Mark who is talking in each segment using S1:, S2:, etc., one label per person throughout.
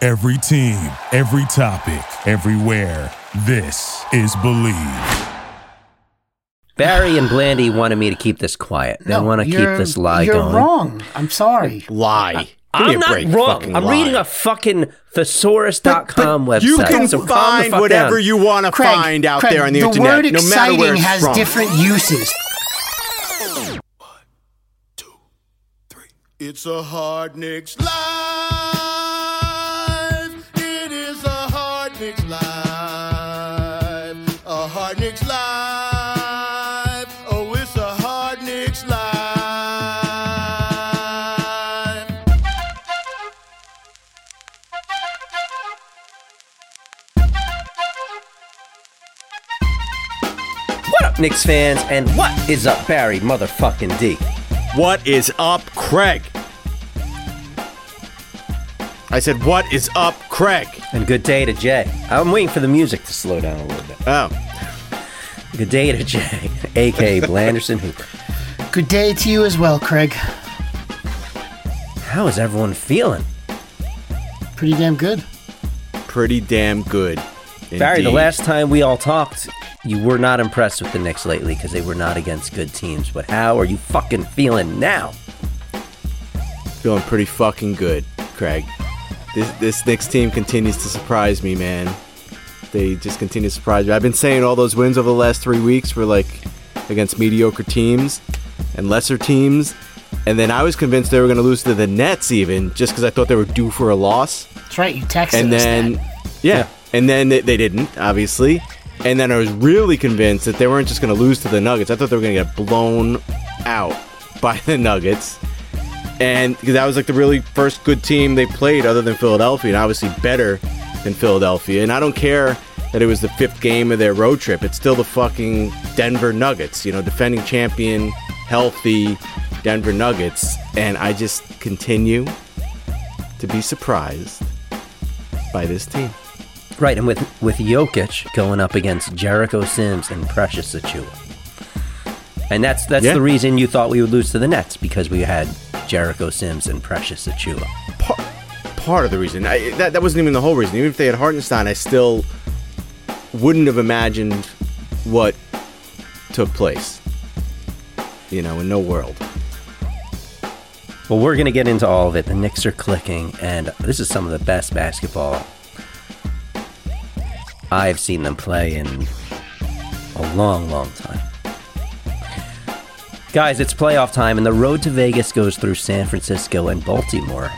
S1: Every team, every topic, everywhere. This is Believe.
S2: Barry and Blandy wanted me to keep this quiet. They want to keep
S3: you're-
S2: this lie
S3: You're
S2: going.
S3: wrong. I'm sorry.
S4: Lie. Give me a
S2: I'm not
S4: break.
S2: wrong.
S4: Fucking
S2: I'm
S4: lie.
S2: reading a fucking thesaurus.com website.
S4: You can
S2: so calm the
S4: find
S2: fuck
S4: whatever
S2: down.
S4: you want to
S3: Craig,
S4: find out
S3: Craig,
S4: there on the,
S3: the
S4: internet,
S3: word
S4: no matter
S3: exciting
S4: where it's
S3: has
S4: from.
S3: different uses.
S5: It's a hard Nick's life. It is a hard Nick's life. A hard Nick's life. Oh, it's a hard Nick's life.
S2: What up, Knicks fans? And what is up, Barry motherfucking D?
S4: What is up, Craig? I said, what is up, Craig?
S2: And good day to Jay. I'm waiting for the music to slow down a little bit.
S4: Oh,
S2: Good day to Jay, a.k.a. Blanderson Hooper.
S3: Good day to you as well, Craig.
S2: How is everyone feeling?
S3: Pretty damn good.
S4: pretty damn good.
S2: Barry, the
S4: indeed.
S2: last time we all talked, you were not impressed with the Knicks lately because they were not against good teams. But how are you fucking feeling now?
S4: Feeling pretty fucking good, Craig. This this Knicks team continues to surprise me, man. They just continue to surprise me. I've been saying all those wins over the last three weeks were like against mediocre teams and lesser teams, and then I was convinced they were going to lose to the Nets even just because I thought they were due for a loss.
S3: That's right. You texted
S4: and
S3: us
S4: then
S3: that.
S4: yeah. and then they, they didn't obviously and then i was really convinced that they weren't just going to lose to the nuggets i thought they were going to get blown out by the nuggets and because that was like the really first good team they played other than philadelphia and obviously better than philadelphia and i don't care that it was the fifth game of their road trip it's still the fucking denver nuggets you know defending champion healthy denver nuggets and i just continue to be surprised by this team
S2: Right, and with with Jokic going up against Jericho Sims and Precious Achua, and that's that's
S4: Yeah.
S2: the reason you thought we would lose to the Nets because we had Jericho Sims and Precious Achua.
S4: part, part of the reason. I, that, that wasn't even the whole reason. Even if they had Hartenstein, I still wouldn't have imagined what took place. You know, in no world.
S2: Well, we're going to get into all of it. The Knicks are clicking, and this is some of the best basketball I've seen them play in a long, long time. Guys, it's playoff time, and the road to Vegas goes through San Francisco and Baltimore.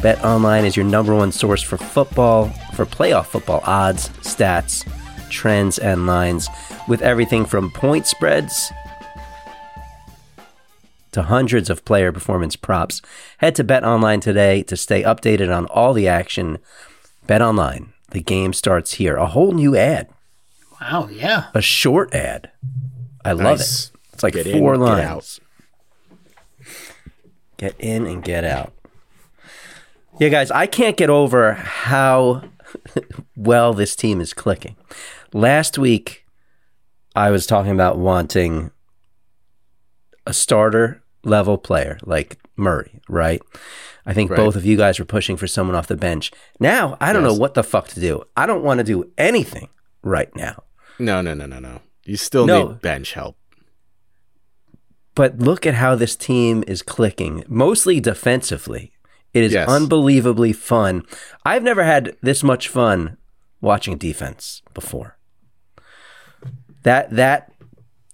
S2: Bet Online is your number one source for football, for playoff football odds, stats, trends, and lines, with everything from point spreads to hundreds of player performance props. Head to Bet Online today to stay updated on all the action. Bet Online, the game starts here. A whole new ad,
S3: Wow. Yeah.
S2: a short ad. I love
S4: Nice.
S2: it. It's like
S4: Get in,
S2: four
S4: get
S2: lines.
S4: out.
S2: Get in and get out. Yeah, guys, I can't get over how well this team is clicking. Last week, I was talking about wanting a starter level player like Murray, right? I think
S4: Right.
S2: both of you guys were pushing for someone off the bench. Now, I don't
S4: Yes.
S2: know what the fuck to do. I don't want to do anything right now.
S4: No, no, no, no, no. You still
S2: No.
S4: need bench help.
S2: But look at how this team is clicking, mostly defensively. It is
S4: Yes.
S2: unbelievably fun. I've never had this much fun watching defense before. That that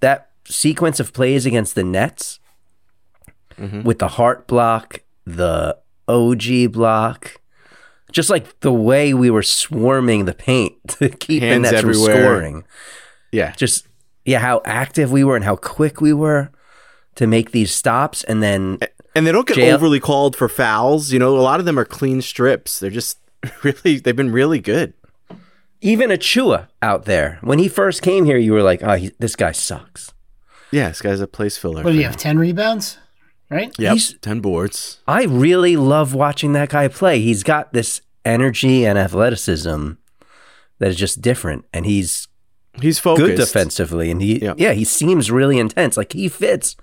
S2: that sequence of plays against the Nets
S4: Mm-hmm.
S2: with the heart block, the OG block, just like the way we were swarming the paint to keep
S4: Hands
S2: the Nets
S4: everywhere.
S2: from scoring
S4: Yeah.
S2: just yeah, how active we were and how quick we were to make these stops, and then
S4: And they don't get
S2: Jail-
S4: overly called for fouls. You know, a lot of them are clean strips. They're just really, they've been really good.
S2: even Achua out there when he first came here, you were like, oh, he, this guy sucks.
S4: Yeah, this guy's a place filler.
S3: What do you
S4: for
S3: have? Ten rebounds, right?
S4: now. Yep.
S2: He's-
S4: 10 boards.
S2: I really love watching that guy play. He's got this energy and athleticism that is just different, and he's
S4: He's focused.
S2: good defensively, and he
S4: Yeah.
S2: yeah, he seems really intense. Like he fits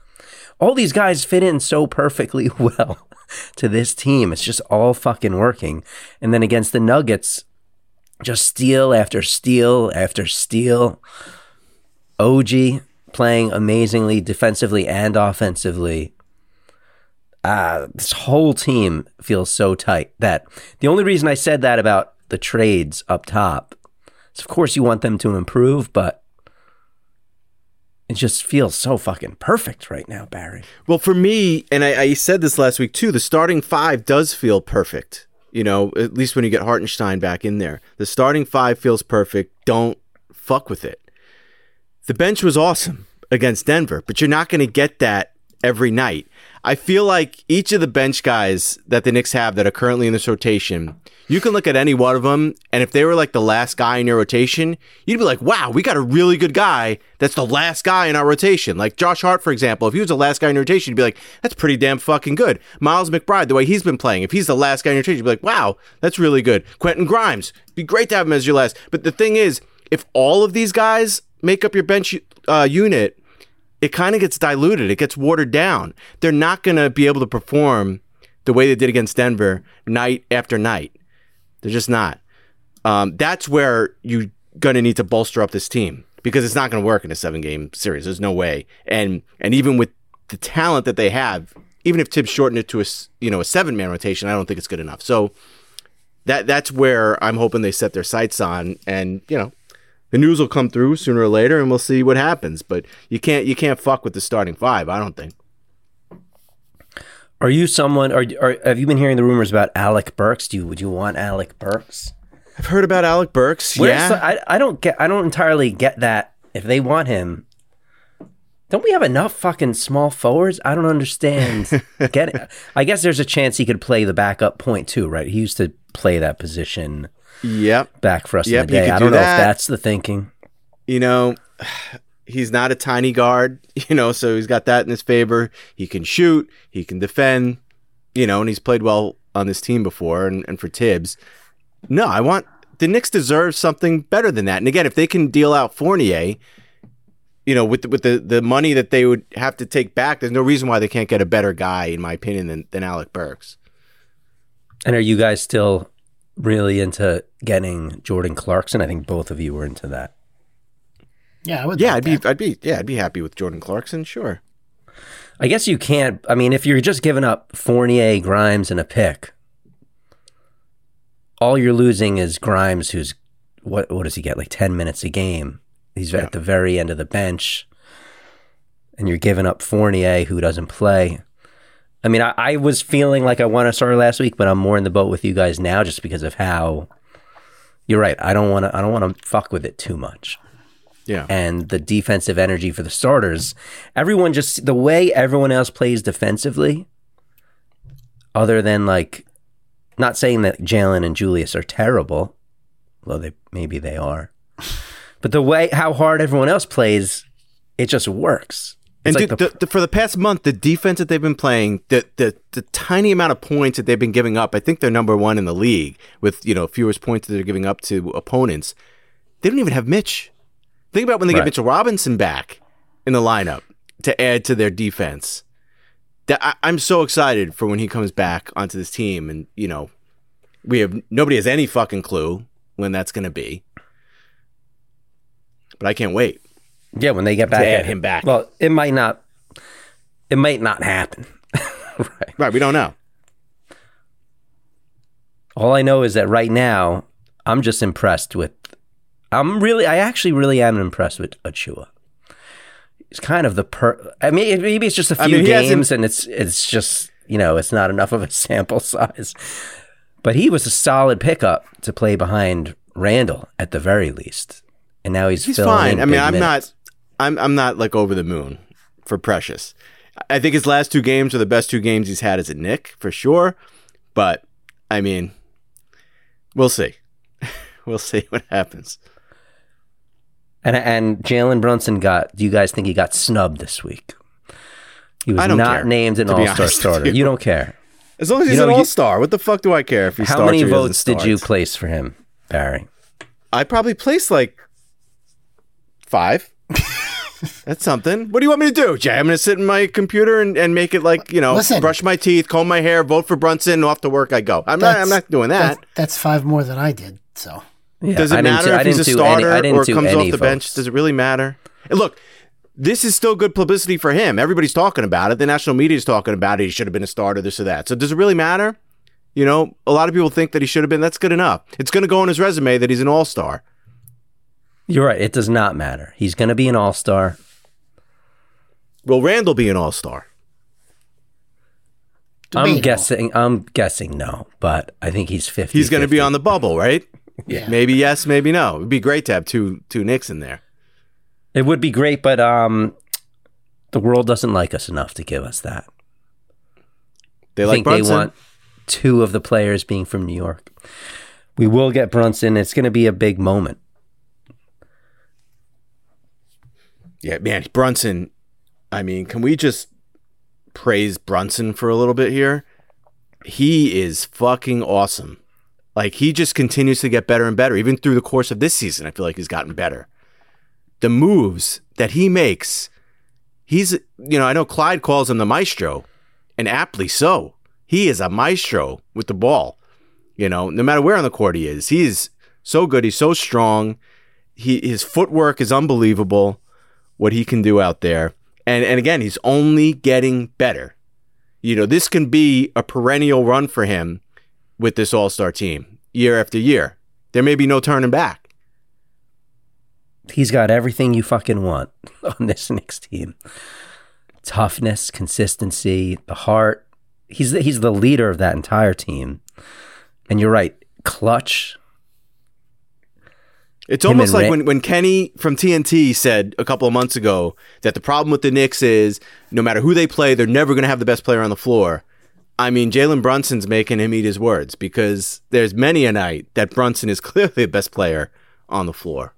S2: all these guys fit in so perfectly well to this team. It's just all fucking working. And then against the Nuggets, just steal after steal after steal. OG playing amazingly defensively and offensively. Ah, this whole team feels so tight that the only reason I said that about the trades up top is, of course, you want them to improve, but it just feels so fucking perfect right now, Barry.
S4: Well, for me, and I, I said this last week too, the starting five does feel perfect. You know, at least when you get Hartenstein back in there, the starting five feels perfect. Don't fuck with it. The bench was awesome against Denver, but you're not going to get that every night. I feel like each of the bench guys that the Knicks have that are currently in this rotation, you can look at any one of them, and if they were like the last guy in your rotation, you'd be like, wow, we got a really good guy that's the last guy in our rotation. Like Josh Hart, for example, if he was the last guy in your rotation, you'd be like, that's pretty damn fucking good. Miles McBride, the way he's been playing, if he's the last guy in your rotation, you'd be like, wow, that's really good. Quentin Grimes, it'd be great to have him as your last. But the thing is, if all of these guys make up your bench uh, unit, it kind of gets diluted. It gets watered down. They're not going to be able to perform the way they did against Denver night after night. They're just not. Um, that's where you're going to need to bolster up this team because it's not going to work in a seven game series. There's no way. And and even with the talent that they have, even if Tibbs shortened it to a s- you know a seven man rotation, I don't think it's good enough. So that that's where I'm hoping they set their sights on. And you know, the news will come through sooner or later, and we'll see what happens. But you can't you can't fuck with the starting five. I don't think.
S2: Are you someone? Are, are have you been hearing the rumors about Alec Burks? Do you would you want Alec Burks?
S4: I've heard about Alec Burks.
S2: Where's
S4: yeah,
S2: the- I, I don't get. I don't entirely get that. If they want him, don't we have enough fucking small forwards? I don't understand. get it. I guess there's a chance he could play the backup point too, right? He used to play that position
S4: yep.
S2: back for us
S4: Yep,
S2: in the
S4: you
S2: day.
S4: could
S2: I
S4: do
S2: don't know
S4: that.
S2: if that's the thinking.
S4: you know, he's not a tiny guard, you know, so he's got that in his favor. He can shoot, he can defend, you know, and he's played well on this team before and, and for Tibbs. No, I want the Knicks deserve something better than that. And again, if they can deal out Fournier, you know, with the, with the, the money that they would have to take back, there's no reason why they can't get a better guy, in my opinion, than, than Alec Burks.
S2: And are you guys still really into getting Jordan Clarkson? I think both of you were into that.
S3: Yeah, I would.
S4: Yeah,
S3: like
S4: I'd be,
S3: that.
S4: I'd be, yeah, I'd be happy with Jordan Clarkson, sure.
S2: I guess you can't. I mean, if you're just giving up Fournier, Grimes, and a pick, all you're losing is Grimes, who's what? What does he get? Like ten minutes a game. He's at the very end of the bench, and you're giving up Fournier, who doesn't play. I mean, I, I was feeling like I want to start last week, but I'm more in the boat with you guys now, just because of how. You're right. I don't want to. I don't want to fuck with it too much
S4: Yeah.
S2: and the defensive energy for the starters. Everyone just the way everyone else plays defensively, other than like not saying that Jalen and Julius are terrible, although they maybe they are. But the way how hard everyone else plays, it just works.
S4: And
S2: It's
S4: dude,
S2: like
S4: the, the, for the past month, the defense that they've been playing, the, the the tiny amount of points that they've been giving up, I think they're number one in the league with you know fewest points that they're giving up to opponents. They don't even have Mitch. Think about when they get
S2: Right.
S4: Mitchell Robinson back in the lineup to add to their defense. That I, I'm so excited for when he comes back onto this team, and you know, we have nobody has any fucking clue when that's going to be. But I can't wait.
S2: Yeah, when they get back
S4: add
S2: at
S4: him
S2: it.
S4: back.
S2: Well, it might not. It might not happen. right.
S4: Right, we don't know.
S2: All I know is that right now, I'm just impressed with. I'm really, I actually really am impressed with Achua. He's kind of the per. I mean, it- maybe it's just a few
S4: I mean, he hasn't-
S2: games, and it's it's just you know it's not enough of a sample size. But he was a solid pickup to play behind Randall at the very least, and now he's
S4: He's
S2: filling
S4: fine.
S2: in
S4: I mean,
S2: big
S4: I'm
S2: minutes.
S4: not. I'm I'm not like over the moon for Precious. I think his last two games are the best two games he's had as a Nick for sure. But I mean, we'll see. we'll see what happens.
S2: And and Jalen Brunson got. Do you guys think he got snubbed this week? He was
S4: I don't
S2: not
S4: care,
S2: named an
S4: to be
S2: All Star
S4: honest with
S2: starter.
S4: you.
S2: You don't care.
S4: As long as he's
S2: know,
S4: an
S2: you-
S4: all star, what the fuck do I care if he
S2: How
S4: starts
S2: many
S4: or he doesn't
S2: votes did you
S4: start?
S2: place for him, Barry?
S4: I probably placed like five. That's something. What do you want me to do, Jay? I'm going to sit in my computer and, and make it like, you know,
S3: Listen.
S4: brush my teeth, comb my hair, vote for Brunson, off to work I go. I'm not
S3: That's-
S4: I'm not doing that.
S3: That's, that's five more than I did. So
S2: Yeah,
S4: Does it
S2: I didn't
S4: matter
S2: do- I
S4: if he's a
S2: didn't do
S4: starter
S2: any, I didn't
S4: or
S2: do
S4: comes off
S2: any,
S4: the bench?
S2: folks.
S4: Does it really matter? And look, this is still good publicity for him. Everybody's talking about it. The national media is talking about it. He should have been a starter, this or that. So does it really matter? You know, a lot of people think that he should have been. That's good enough. It's going to go on his resume that he's an all star.
S2: You're right. It does not matter. He's going to be an all star.
S4: Will Randall be an all star?
S2: I'm
S3: Debatable.
S2: guessing. I'm guessing no, but I think he's 50.
S4: He's going to be on the bubble, right?
S3: Yeah.
S4: Maybe yes, maybe no. It'd be great to have two two Knicks in there.
S2: It would be great, but um, the world doesn't like us enough to give us that.
S4: They
S2: I
S4: like
S2: think
S4: Brunson.
S2: they want two of the players being from New York. We will get Brunson. It's going to be a big moment.
S4: Yeah, man, Brunson. I mean, can we just praise Brunson for a little bit here? He is fucking awesome. Like he just continues to get better and better. Even through the course of this season, I feel like he's gotten better. The moves that he makes, he's you know, I know Clyde calls him the maestro, and aptly so. He is a maestro with the ball. You know, no matter where on the court he is, he is so good. He's so strong. He his footwork is unbelievable what he can do out there. And and again, he's only getting better. You know, this can be a perennial run for him with this All-Star team year after year. There may be no turning back.
S2: He's got everything you fucking want on this Knicks team: toughness, consistency, the heart. He's the, he's the leader of that entire team. And you're right, clutch.
S4: It's
S2: Him
S4: almost
S2: and
S4: like
S2: Ra-
S4: when, when Kenny from TNT said a couple of months ago that the problem with the Knicks is no matter who they play, they're never going to have the best player on the floor. I mean, Jalen Brunson's making him eat his words because there's many a night that Brunson is clearly the best player on the floor.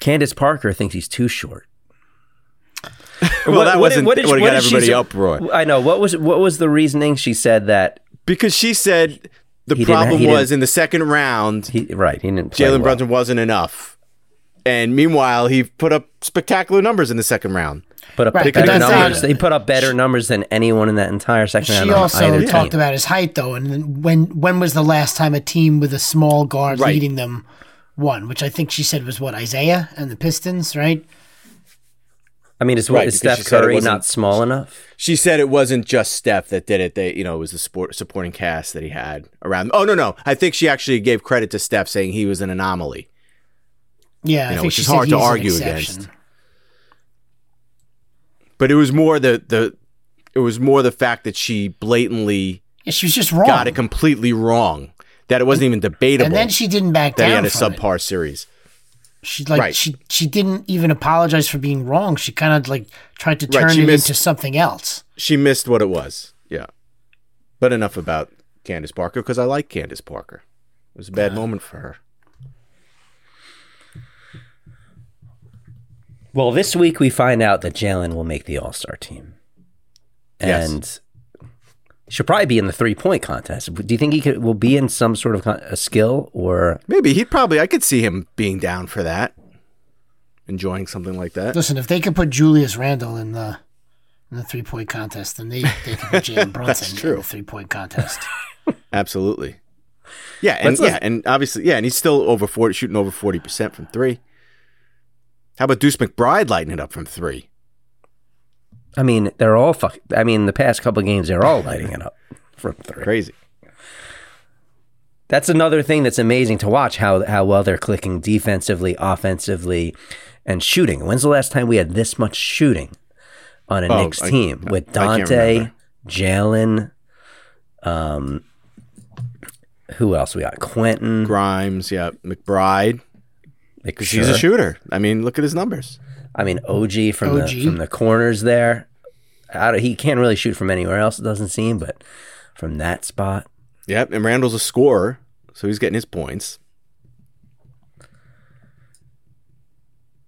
S2: Candace Parker thinks he's too short.
S4: Well, that wasn't what, got everybody uproar.
S2: I know. What was what was the reasoning? She said that
S4: Because she said the
S2: He didn't-
S4: problem
S2: he
S4: was
S2: didn't-
S4: in the second round,
S2: he right. He didn't. play
S4: Jalen
S2: well.
S4: Brunson wasn't enough. And meanwhile, he put up spectacular numbers in the second round.
S2: put up
S3: Right,
S2: better
S4: but that's not-
S2: numbers. They put up better numbers than anyone in that entire second round.
S3: she
S2: on
S3: also
S2: either
S3: talked
S2: team.
S3: about his height though, and then when when was the last time a team with a small guard
S4: Right.
S3: leading them won? Which I think she said was what Isaiah and the Pistons, right?
S2: I mean, is,
S4: Right,
S2: is
S4: because she
S2: Steph
S4: said it
S2: Curry
S4: wasn't-
S2: not small enough?
S4: She said it wasn't just Steph that did it. They, you know, it was the support, supporting cast that he had around. Oh no, no, I think she actually gave credit to Steph, saying he was an anomaly.
S3: Yeah, I
S4: You know,
S3: think
S4: which
S3: she
S4: is
S3: said
S4: hard to
S3: he's an
S4: argue
S3: exception.
S4: against. But it was more the the it was more the fact that she blatantly
S3: Yeah, she was just wrong.
S4: got it completely wrong. That it wasn't even debatable.
S3: and then she didn't back
S4: that he
S3: down.
S4: had a
S3: from it.
S4: subpar series.
S3: She like
S4: Right.
S3: she she didn't even apologize for being wrong. She kind of like tried to
S4: Right,
S3: turn
S4: she
S3: it
S4: missed-
S3: into something else.
S4: She missed what it was. Yeah. But enough about Candace Parker because I like Candace Parker. It was a bad moment for her.
S2: Well, this week we find out that Jalen will make the All Star team,
S4: Yes.
S2: and should probably be in the three point contest. Do you think he could, will be in some sort of con- a skill or?
S4: Maybe he'd probably I could see him being down for that. Enjoying something like that.
S3: Listen, if they could put Julius Randle in the in the three point contest, then they they could put Jalen Brunson in
S4: true.
S3: the three point contest.
S4: Absolutely. Yeah, and
S2: Let's-
S4: yeah, and obviously, yeah, and he's still over forty, shooting over forty percent from three. How about Deuce McBride lighting it up from three?
S2: I mean, they're all fuck. I mean, the past couple of games they're all lighting it up from three.
S4: Crazy.
S2: That's another thing that's amazing to watch how how well they're clicking defensively, offensively, and shooting. When's the last time we had this much shooting on a
S4: Oh,
S2: Knicks
S4: I-
S2: team
S4: I-
S2: with
S4: I can't
S2: Dante,
S4: remember.
S2: Jalen, um, who else we got? Quentin.
S4: Grimes, yeah, McBride.
S2: Because
S4: Because he's a shooter. I mean, look at his numbers.
S2: I mean, OG from the
S3: OG.
S2: from the corners there. Out of, he can't really shoot from anywhere else. It doesn't seem, but from that spot,
S4: Yep, and Randall's a scorer, so he's getting his points.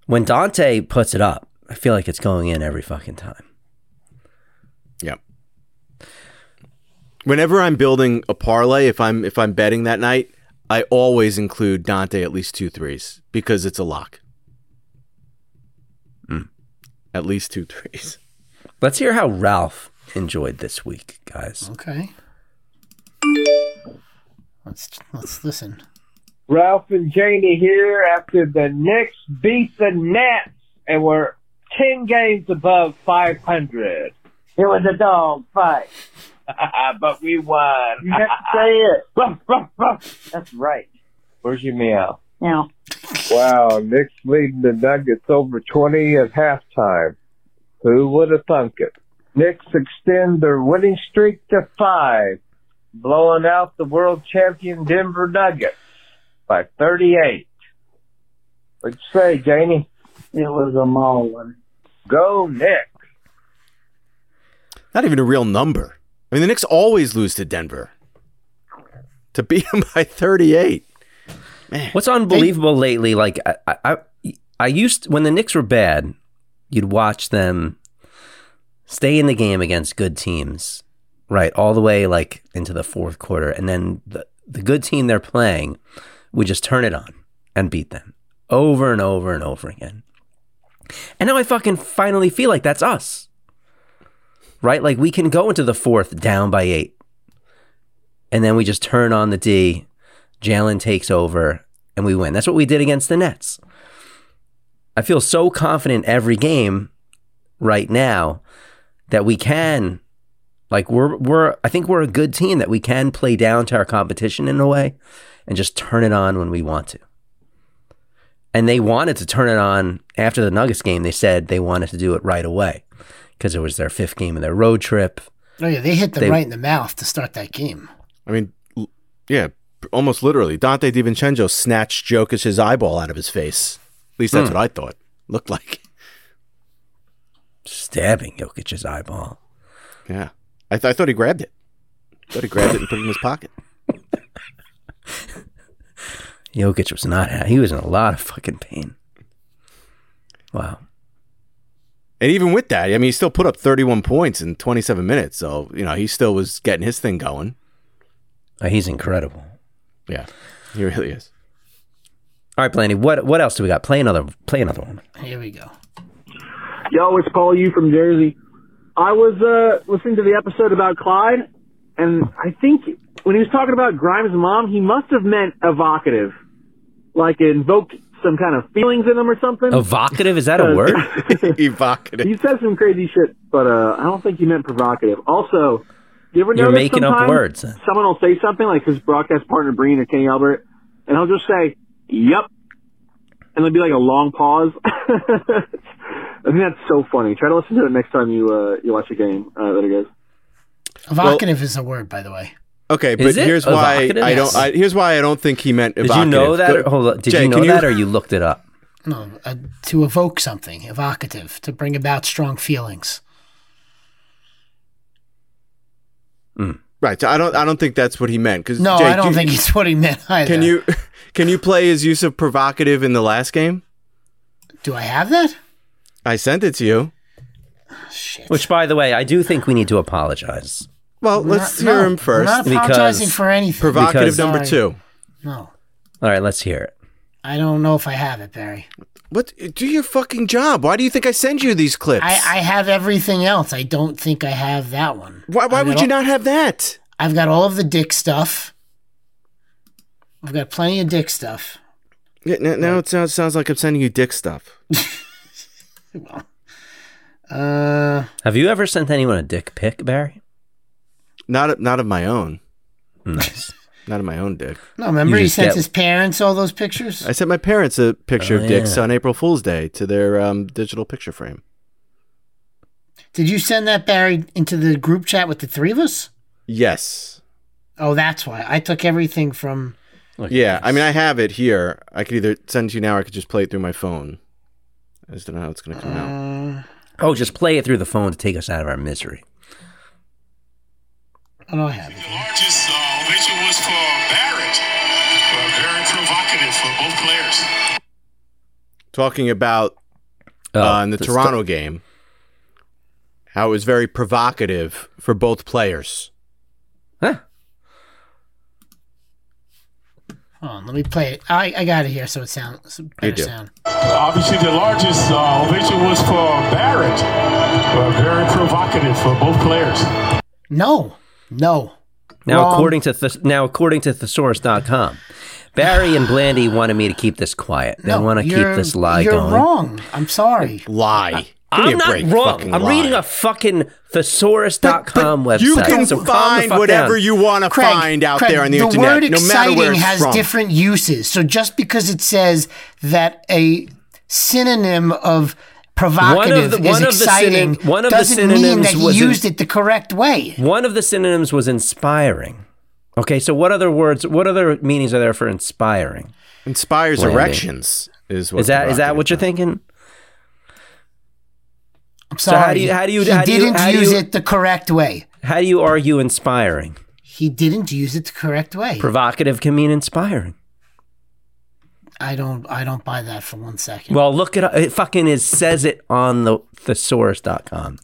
S2: when Dante puts it up, I feel like it's going in every fucking time.
S4: Yep. Whenever I'm building a parlay, if I'm if I'm betting that night, I always include Dante at least two threes because it's a lock. At least two threes.
S2: Let's hear how Ralph enjoyed this week, guys.
S3: Okay. Let's let's listen.
S6: Ralph and Janie here after the Knicks beat the Nets and we're 10 games above 500. It was a dog fight. but we won. You have to say it. Ruff, ruff, ruff. That's right. Where's your meow?
S7: Now,
S6: Wow, Knicks leading the Nuggets over 20 at halftime. Who would have thunk it? Knicks extend their winning streak to five, blowing out the world champion Denver Nuggets by 38. What'd you say, Janie?
S7: it was a mauling.
S6: Go Knicks.
S4: Not even a real number. I mean, the Knicks always lose to Denver. To beat them by 38.
S2: What's unbelievable lately? Like I, I, I used when the Knicks were bad, you'd watch them stay in the game against good teams, right, all the way like into the fourth quarter, and then the the good team they're playing would just turn it on and beat them over and over and over again. And now I fucking finally feel like that's us, right? Like we can go into the fourth down by eight, and then we just turn on the D Jalen takes over and we win. That's what we did against the Nets. I feel so confident every game right now that we can like we're we're I think we're a good team that we can play down to our competition in a way and just turn it on when we want to. And they wanted to turn it on after the Nuggets game. They said they wanted to do it right away because it was their fifth game of their road trip.
S3: Oh yeah, they hit them
S2: They-
S3: right in the mouth to start that game.
S4: I mean, l- yeah, almost literally. Dante DiVincenzo snatched Jokic's eyeball out of his face. At least that's what I thought. Looked like.
S2: Stabbing Jokic's eyeball.
S4: Yeah. I, th- I thought he grabbed it. thought he grabbed it and put it in his pocket.
S2: Jokic was not happy. He was in a lot of fucking pain. Wow.
S4: And even with that, I mean, he still put up 31 points in 27 minutes. So, you know, he still was getting his thing going.
S2: Uh, he's incredible.
S4: Yeah. He really is.
S2: All right, Blaney, what what else do we got? Play another play another one.
S3: Here we go.
S8: Yo, it's Paul U from Jersey. I was uh, listening to the episode about Clyde, and I think when he was talking about Grimes' mom, he must have meant evocative, like it invoked some kind of feelings in him or something.
S2: Evocative, is that
S4: Uh,
S2: a word?
S4: Evocative.
S8: he said some crazy shit, but uh, I don't think he meant provocative. Also, you ever
S2: You're
S8: notice
S2: making up
S8: sometimes
S2: words.
S8: Someone will say something like his broadcast partner Breen or Kenny Albert, and he'll just say, "Yep," and there'll be like a long pause. I think that's so funny. Try to listen to it next time you uh, you watch a game. Uh, there it goes.
S3: Evocative is a word, by the way.
S4: Okay, but
S2: Is it
S4: here's why
S2: evocative?
S4: I
S2: Yes.
S4: don't. I, here's why I don't think he meant.
S2: Did you
S4: evocative.
S2: know that?
S4: Go-
S2: Or, hold on. Did
S4: Jay,
S2: you know
S4: can
S2: that or you looked it up?
S3: No, uh, to evoke something, evocative, to bring about strong feelings.
S4: right? So I don't. I don't think that's what he meant. Because
S3: No,
S4: Jay,
S3: I don't
S4: do-
S3: think it's what he meant either.
S4: Can you can you play his use of provocative in the last game?
S3: Do I have that?
S4: I sent it to you.
S3: Shit.
S2: Which by the way, I do think we need to apologize.
S4: Well,
S3: We're
S4: let's
S3: not-
S4: hear
S3: no,
S4: him
S3: We're
S4: first.
S3: not
S2: because-
S3: apologizing for anything.
S4: Provocative
S2: because-
S4: number
S3: Sorry.
S4: two.
S3: No,
S2: All right, let's hear it.
S3: I don't know if I have it, Barry.
S4: What? Do your fucking job. Why do you think I send you these clips?
S3: I, I have everything else. I don't think I have that one.
S4: why why
S3: I've
S4: would
S3: got
S4: you
S3: all-
S4: not have that?
S3: I've got all of the dick stuff. I've got plenty of dick stuff.
S4: Yeah, n- now it sounds sounds like I'm sending you dick stuff.
S3: Uh,
S2: Have you ever sent anyone a dick pic, Barry?
S4: Not not of my own.
S2: Nice.
S4: Not of my own dick.
S3: no, remember
S2: You
S3: he
S2: just
S3: sent
S2: get-
S3: his parents all those pictures?
S4: I sent my parents a picture
S2: Oh,
S4: of dicks
S2: yeah.
S4: on April Fool's Day to their um, digital picture frame.
S3: Did you send that, Barry, into the group chat with the three of us?
S4: Yes.
S3: Oh, that's why. I took everything from.
S2: Look at
S4: Yeah. I
S2: this.
S4: mean, I have it here. I could either send it to you now or I could just play it through my phone. I just don't know how it's going to come out.
S3: Uh,
S2: oh, just play it through the phone to take us out of our misery.
S3: oh, I don't have it.
S9: largest uh, ovation was for Barrett. Uh, very provocative for both players.
S4: Talking about
S2: Oh,
S4: uh, in the
S2: this-
S4: Toronto game, how it was very provocative for both players.
S2: Huh?
S3: Hold on, let me play it. I, I got it here, so it sounds better
S4: do.
S3: sound.
S9: Obviously, the largest uh, ovation was for Barrett, but very provocative for both players.
S3: No, no.
S2: Now,
S3: Wrong.
S2: according to th- now according to thesaurus.com, Barry and Blandy wanted me to keep this quiet. They
S3: no,
S2: want to keep
S3: you're-
S2: this lie
S3: You're
S2: going.
S3: wrong. I'm sorry.
S4: Lie. Give me
S2: I'm
S4: a
S2: not
S4: break,
S2: wrong.
S4: fucking
S2: I'm
S4: lie.
S2: reading a fucking thesaurus.com website.
S4: You can
S2: so calm the
S4: find
S2: fuck
S4: whatever
S2: down.
S4: you want to
S3: Craig,
S4: find out
S3: Craig,
S4: there on the,
S3: The
S4: internet,
S3: word
S4: no matter
S3: exciting
S4: where it's
S3: has
S4: from.
S3: different uses. So just because it says that a synonym of provocative
S2: the- one
S3: is
S2: of the
S3: exciting
S2: synon- one of the
S3: doesn't mean
S2: synonyms
S3: that he
S2: was in-
S3: used it the correct way.
S2: One of the synonyms was inspiring. Okay, so what other words? What other meanings are there for inspiring?
S4: Inspires
S2: Blandy.
S4: erections is what.
S2: Is that is that what you're
S4: thinking?
S2: thinking?
S3: I'm
S2: how
S3: sorry.
S2: do you- how do you-
S3: he
S2: how do you-
S3: didn't
S2: how do
S3: use
S2: you-
S3: it the correct way.
S2: How do you argue inspiring?
S3: He didn't use it the correct way.
S2: Provocative can mean inspiring.
S3: I don't. I don't buy that for one second.
S2: Well, look it up. It fucking is says it on the thesaurus.com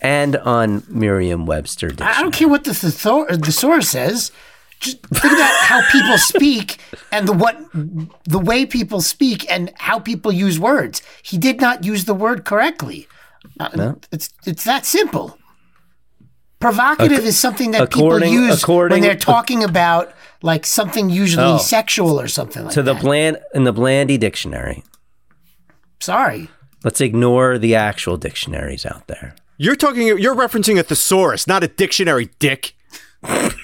S2: and on Merriam-Webster.
S3: I I
S2: Dictionary.
S3: don't care what the thesau- uh, thesaurus says. Just think about how people speak and the what the way people speak and how people use words. He did not use the word correctly. Uh, It's it's that simple. Provocative is something that people
S2: according-
S3: use when
S2: according-
S3: they're talking about like something usually
S2: Oh.
S3: sexual or something like
S2: To the
S3: that.
S2: bland in the Blandy dictionary.
S3: Sorry.
S2: Let's ignore the actual dictionaries out there.
S4: You're talking. You're referencing a thesaurus, not a dictionary, Dick. I'm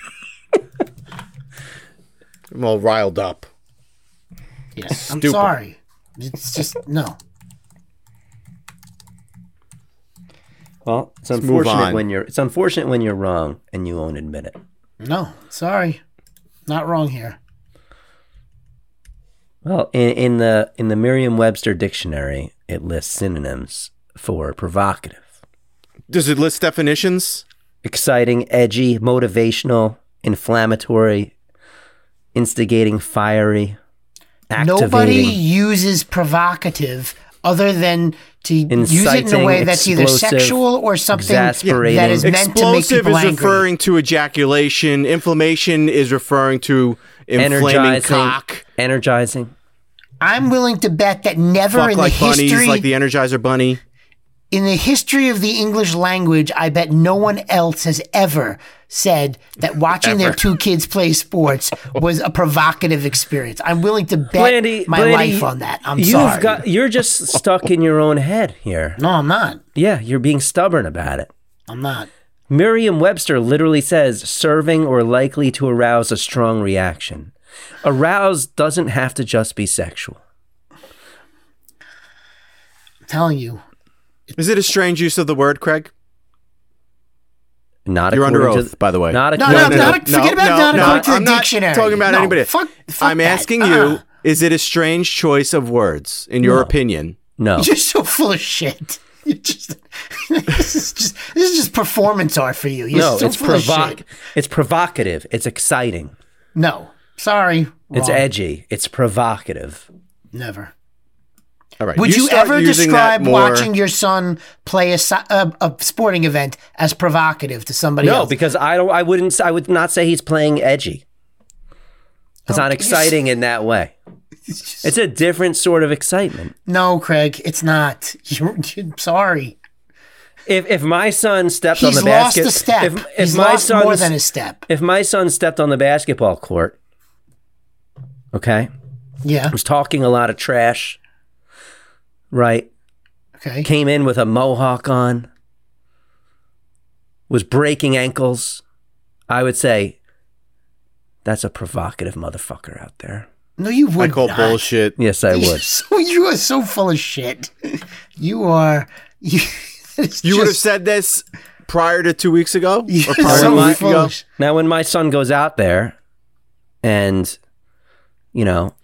S4: all riled up.
S3: Yes. I'm
S4: Stupid.
S3: sorry. It's just no.
S2: Well, it's
S4: move
S2: unfortunate
S4: on.
S2: when you're it's unfortunate when you're wrong and you won't admit it.
S3: No. Sorry. Not wrong here.
S2: Well, in, in the in the Merriam-Webster dictionary, it lists synonyms for provocative,
S4: Does it list definitions?
S2: exciting, edgy, motivational, inflammatory, instigating, fiery, activating.
S3: Nobody uses provocative other than to use it in a
S2: Inciting,
S3: way that's either
S2: explosive,
S3: sexual or something
S2: exasperating.
S3: that is meant to make
S4: Explosive
S3: people
S4: is
S3: angry.
S4: referring to ejaculation. Inflammation is referring to inflaming
S2: energizing,
S4: cock.
S2: energizing.
S3: I'm willing to bet that never
S4: Fuck
S3: in
S4: like
S3: the history
S4: bunnies, like the Energizer Bunny.
S3: in the history of the English language, I bet no one else has ever said that watching their two kids play sports was a provocative experience. I'm willing to bet
S2: Blandy,
S3: my
S2: Blandy,
S3: life on that. I'm
S2: you've
S3: sorry.
S2: Got, you're just stuck in your own head here.
S3: no, I'm not.
S2: Yeah, you're being stubborn about it.
S3: I'm not.
S2: Merriam Webster literally says serving or likely to arouse a strong reaction. Arouse doesn't have to just be sexual.
S3: I'm telling you.
S4: Is it a strange use of the word, Craig?
S2: Not
S4: You're under
S2: according to
S4: oath, by the way.
S2: Not
S3: No,
S2: according
S3: no,
S2: to
S3: no, not- forget about not according to the
S4: I'm not
S3: dictionary.
S4: talking about
S3: No,
S4: anybody.
S3: fuck- fuck
S4: I'm
S3: that.
S4: asking
S3: Uh-uh.
S4: you: Is it a strange choice of words, in your opinion?
S2: no.
S3: You're so full of shit. You just this is just this is just performance art for you. You're
S2: No,
S3: so
S2: it's
S3: full of
S2: provoc
S3: shit.
S2: it's provocative. It's exciting.
S3: No, sorry,
S2: It's
S3: Wrong.
S2: edgy. It's provocative.
S3: never.
S4: All right.
S3: Would you,
S4: start
S3: ever
S4: using that
S3: describe
S4: more-
S3: watching your son play a, si- a, a sporting event as provocative to somebody
S2: No,
S3: else?
S2: because I don't I wouldn't I would not say he's playing edgy. It's not
S3: Okay.
S2: exciting in that way. It's a different sort of excitement.
S3: no, Craig, it's not. You're, you're sorry.
S2: If if my son stepped on
S3: He's
S2: the
S3: lost
S2: basket,
S3: a step.
S2: if, if
S3: He's
S2: my
S3: lost more
S2: son's-
S3: than a step.
S2: if my son stepped on the basketball court, okay,
S3: Yeah.
S2: was talking a lot of trash, right?
S3: Okay.
S2: Came in with a mohawk on, was breaking ankles. I would say that's a provocative motherfucker out there.
S3: No, you
S4: I
S3: would
S4: call
S3: not.
S4: bullshit.
S2: Yes, I
S3: You're
S2: would.
S3: So, you are so full of shit. You are. You, it's
S4: You would have
S3: just-
S4: said this prior to two weeks ago,
S3: You're
S4: or prior
S3: so
S4: to a week
S3: full
S4: ago.
S3: of sh-
S2: Now, when my son goes out there, and you know,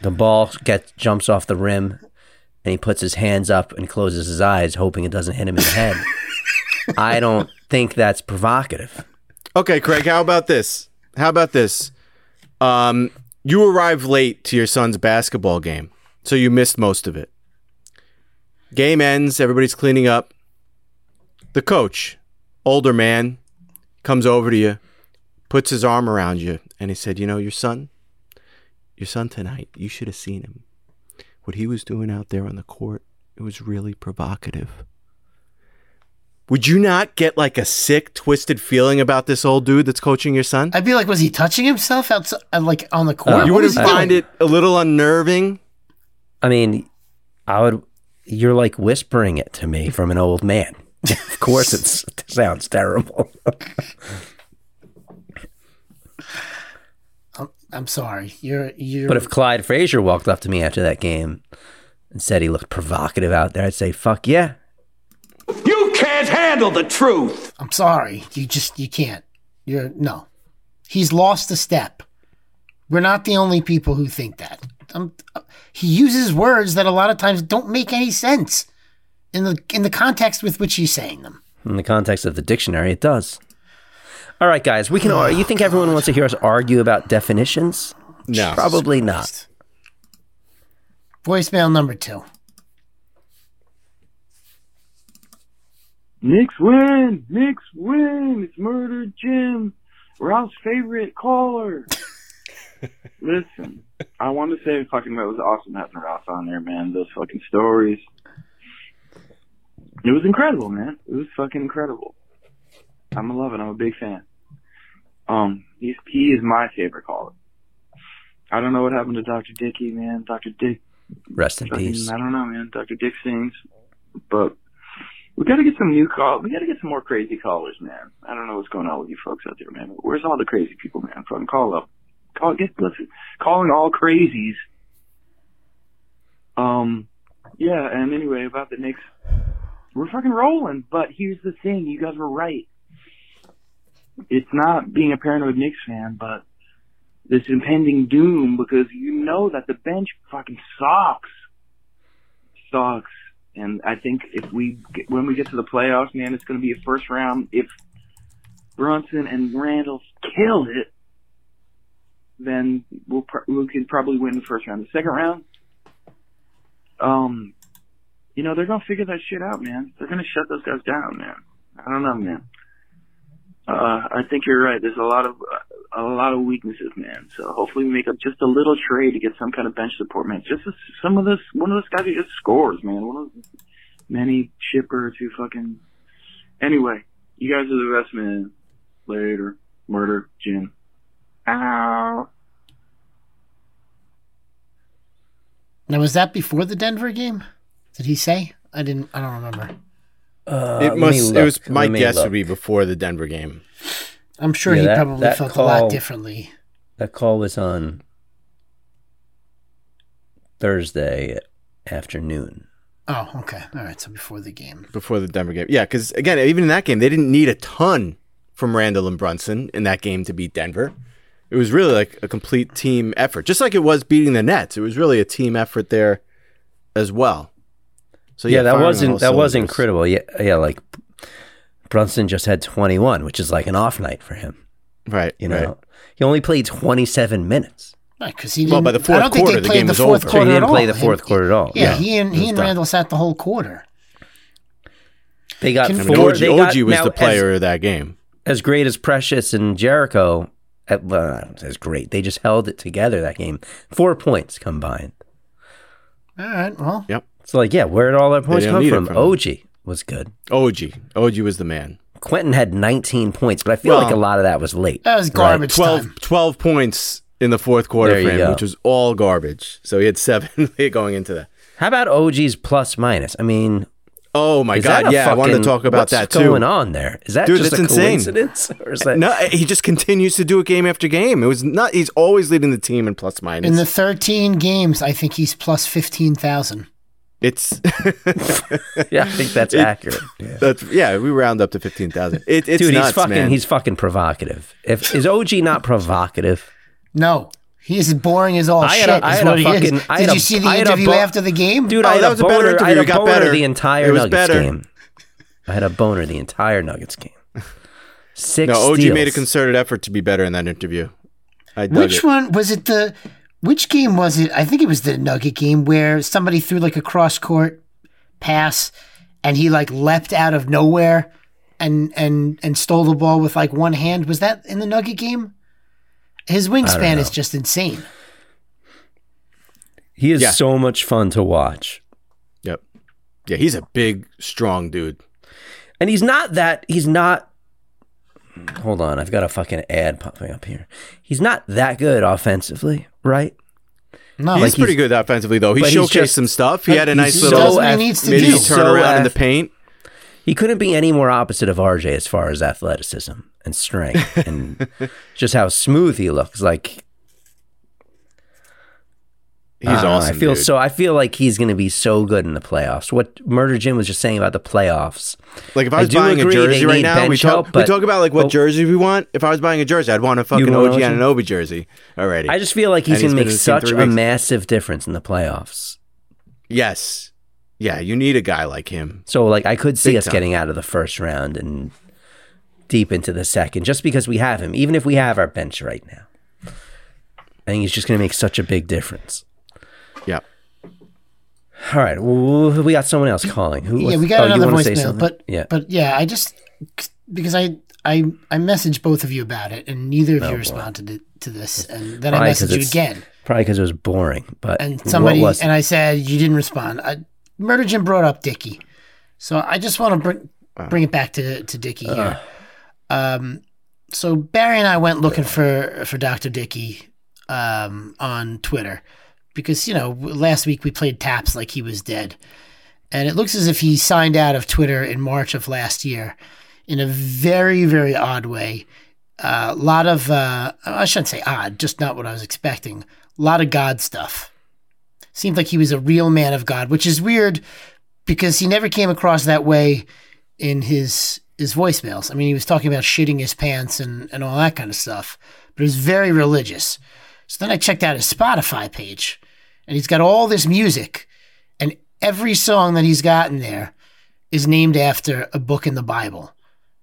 S2: the ball gets jumps off the rim, and he puts his hands up and closes his eyes, hoping it doesn't hit him in the head. I don't think that's provocative.
S4: Okay, Craig. How about this? How about this? Um, you arrive late to your son's basketball game, so you missed most of it. Game ends. Everybody's cleaning up. The coach, older man, comes over to you, puts his arm around you, and he said, "You know, your son. Your son tonight, you should have seen him. What he was doing out there on the court, it was really provocative. Would you not get like a sick, twisted feeling about this old dude that's coaching your son?
S3: I'd be like, was he touching himself outside, like on the court?
S4: Uh, you
S3: What was
S4: wouldn't
S3: he doing?
S4: find it a little unnerving?
S2: I mean, I would. You're like whispering it to me from an old man. of course, it's, it sounds terrible.
S3: I'm sorry. You're you're.
S2: but if Clyde Frazier walked up to me after that game and said he looked provocative out there, I'd say, "Fuck yeah!"
S3: I'm sorry. You just you can't. You're no. He's lost a step. We're not the only people who think that. Um, he uses words that a lot of times don't make any sense in the in the context with which he's saying them.
S2: In the context of the dictionary, it does. All right, guys, we can. ar- you think everyone wants to hear us argue about definitions?
S4: No.
S2: Probably not.
S3: Voicemail number two.
S8: Knicks win! Knicks win! It's Murder Jim, Ralph's favorite caller. Listen, I want to say fucking that was awesome having Ralph on there, man. Those fucking stories. It was incredible, man. It was fucking incredible. I'm a love it. I'm a big fan. Um, he's, he is my favorite caller. I don't know what happened to Dr. Dickey, man. Dr. Dick
S2: Rest in
S8: Fucking-
S2: peace.
S8: I don't know, man. Dr. Dick sings, but we got to get some new call. We got to get some more crazy callers, man. I don't know what's going on with you folks out there, man. Where's all the crazy people, man? Fucking call up. Call get listen. Calling all crazies. Um, yeah. And anyway, about the Knicks, we're fucking rolling. But here's the thing: you guys were right. It's not being a paranoid Knicks fan, but this impending doom because you know that the bench fucking sucks sucks. And I think if we get, when we get to the playoffs, man, it's going to be a first round. If Brunson and Randall kill it, then we'll pr- we can probably win the first round. The second round, um, you know, they're going to figure that shit out, man. They're going to shut those guys down, man. I don't know, man. Uh, I think you're right. There's a lot of a lot of weaknesses, man. So hopefully we make up just a little trade to get some kind of bench support, man. Just a, some of this one of those guys who just scores, man. One of those many shippers who fucking. Anyway, you guys are the best, man. Later, murder, Jim. Ow.
S3: Now was that before the Denver game? Did he say? I didn't. I don't remember.
S2: Uh, let
S4: It
S2: me
S4: must. It
S2: look,
S4: was. My
S2: let me
S4: guess
S2: look.
S4: would be before the Denver game.
S3: I'm sure
S2: Yeah,
S3: he
S2: that-
S3: probably
S2: that
S3: felt a lot
S2: call-
S3: differently.
S2: That call was on Thursday afternoon.
S3: Oh, okay. All right. So before the game.
S4: Before the Denver game. Yeah, because again, even in that game, they didn't need a ton from Randall and Brunson in that game to beat Denver. It was really like a complete team effort, just like it was beating the Nets. It was really a team effort there as well. So
S2: yeah, that
S4: firing on all
S2: wasn't that was
S4: cylinders.
S2: incredible. Yeah, yeah, like Brunson just had 21, which is like an off night for him.
S4: Right.
S2: You
S4: right.
S2: know, he only played 27 minutes.
S3: Because he
S4: Well,
S3: didn't,
S4: by the fourth
S3: I don't
S4: quarter,
S3: think
S4: the
S3: they played
S4: game
S3: the
S4: was
S3: fourth
S4: over.
S2: So
S3: quarter
S2: he
S3: at
S2: didn't
S3: all.
S2: play the fourth quarter at all.
S3: Yeah, he and
S4: it was
S3: he and
S4: done.
S3: Randall sat the whole quarter.
S2: They got
S3: Can-
S4: I
S2: four.
S4: mean, OG,
S2: they
S4: OG
S2: got,
S4: was
S2: now,
S4: the
S2: as-
S4: player of that game.
S2: As, great as Precious and Jericho, at, well, I don't say as great. They just held it together that game. Four points combined.
S3: All right. Well,
S2: So like, yeah, where did all our points
S4: don't
S2: come
S4: need it
S2: from?
S4: from him.
S2: OG was good.
S4: OG. OG was the man.
S2: Quentin had 19 points, but I feel
S4: Well, uh,
S2: like a lot of that was late.
S3: that was garbage
S4: 12,
S3: time.
S4: 12 points in the fourth quarter
S2: There you
S4: for him,
S2: go.
S4: which was all garbage. So he had seven going into that.
S2: How about OG's plus minus? I mean,
S4: Oh my
S2: is
S4: God!
S2: that a
S4: Yeah, I wanted to
S2: fucking-
S4: talk about
S2: what's
S4: that too.
S2: going on there? Is that
S4: Dude,
S2: just
S4: that's
S2: a
S4: insane.
S2: coincidence, or is that
S4: No, he just continues to do it game after game. It was not. He's always leading the team in plus minus.
S3: In the 13 games, I think he's plus 15,000.
S4: it's
S2: Yeah, I think that's accurate.
S4: that's yeah. We round up to fifteen thousand. It, it's
S2: Dude,
S4: nuts,
S2: he's fucking
S4: man.
S2: he's fucking provocative. If is OG not provocative?
S3: No. He is boring as all
S2: I
S3: Oh, shit.
S2: had a- I
S3: is
S2: had a
S3: what he
S2: fucking-
S3: is.
S2: I
S3: Did
S2: had a-
S3: you see the
S2: I had a
S3: interview
S2: bu-
S3: after the game?
S2: Dude,
S4: Oh,
S2: I had
S4: that
S2: a
S4: was a better
S2: boner. I had
S4: interview.
S2: a
S4: It got
S2: boner
S4: better.
S2: the entire
S4: It was
S2: Nuggets
S4: better.
S2: game. I had a boner the entire Nuggets game. Six.
S4: no, OG made a
S2: steals.
S4: concerted effort to be better in that interview. I dug
S3: Which
S4: it.
S3: one was it? The which game was it? I think it was the Nugget game where somebody threw like a cross court pass, and he like leapt out of nowhere and and and stole the ball with like one hand. Was that in the Nugget game? His wingspan is just insane.
S2: He is
S4: Yeah.
S2: so much fun to watch.
S4: Yep. Yeah, he's a big, strong dude.
S2: And he's not that he's not Hold on, I've got a fucking ad popping up here. He's not that good offensively, right?
S3: No,
S4: He's
S2: Oh, Like,
S4: pretty good offensively, though. He
S2: but he's
S4: showcased
S2: just-
S4: some stuff. He
S2: but
S4: had a
S2: he's
S4: nice
S2: so
S4: little
S3: what he
S2: ath-
S3: needs to
S4: mid
S3: do.
S4: turnaround
S2: he's so uh,
S4: in the
S2: ath-
S4: paint.
S2: He couldn't be any more opposite of RJ as far as athleticism and strength and just how smooth he looks. Like
S4: He's
S2: I don't know,
S4: awesome.
S2: I feel
S4: dude.
S2: so. I feel like he's going to be so good in the playoffs. What Murder Jim was just saying about the playoffs.
S4: Like if
S2: I
S4: I was
S2: do
S4: buying a
S2: agree they
S4: jersey
S2: need
S4: right now, we
S2: bench
S4: talk,
S2: help,
S4: we
S2: but- Oh.
S4: talk about like what
S2: but-
S4: jerseys we want. If I was buying a jersey, I'd want a fucking
S2: want
S4: OG
S2: an OG?
S4: Ananobi jersey already.
S2: I just feel like
S4: And
S2: he's going
S4: he's
S2: to
S4: been
S2: make
S4: in the team
S2: such
S4: three
S2: a
S4: weeks.
S2: massive difference in the playoffs.
S4: yes, yeah, you need a guy like him.
S2: So like I could see
S4: Big
S2: us
S4: time.
S2: getting out of the first round and deep into the second just because we have him, even if we have our bench right now. I think he's just going to make such a big difference.
S4: Yeah,
S2: All right, w- we got someone else calling. Who?
S3: yeah,
S2: was-
S3: we got
S2: oh, you
S3: another
S2: wanna say
S3: voicemail,
S2: something?
S3: but
S2: yeah,
S3: but yeah, I just because I I I messaged both of you about it, and neither of you responded to, to this, and then I
S2: Oh, Probably 'cause
S3: messaged you
S2: it's-
S3: again,
S2: probably because it was boring. But
S3: and somebody
S2: what was it?
S3: and I said you didn't respond. I, Murder Jim brought up Dicky, so I just want to bring bring it back to to Dicky
S2: Uh.
S3: here. Um, so Barry and I went looking for for Doctor Dicky um, on Twitter because you know w- last week we played taps like he was dead, and it looks as if he signed out of Twitter in March of last year in a very very odd way. A lot of uh, I shouldn't say odd, just not what I was expecting. A lot of God stuff. Seemed like he was a real man of God, which is weird because he never came across that way in his his voicemails. I mean, he was talking about shitting his pants and, and all that kind of stuff, but it was very religious. So then I checked out his Spotify page, and he's got all this music, and every song that he's got in there is named after a book in the Bible.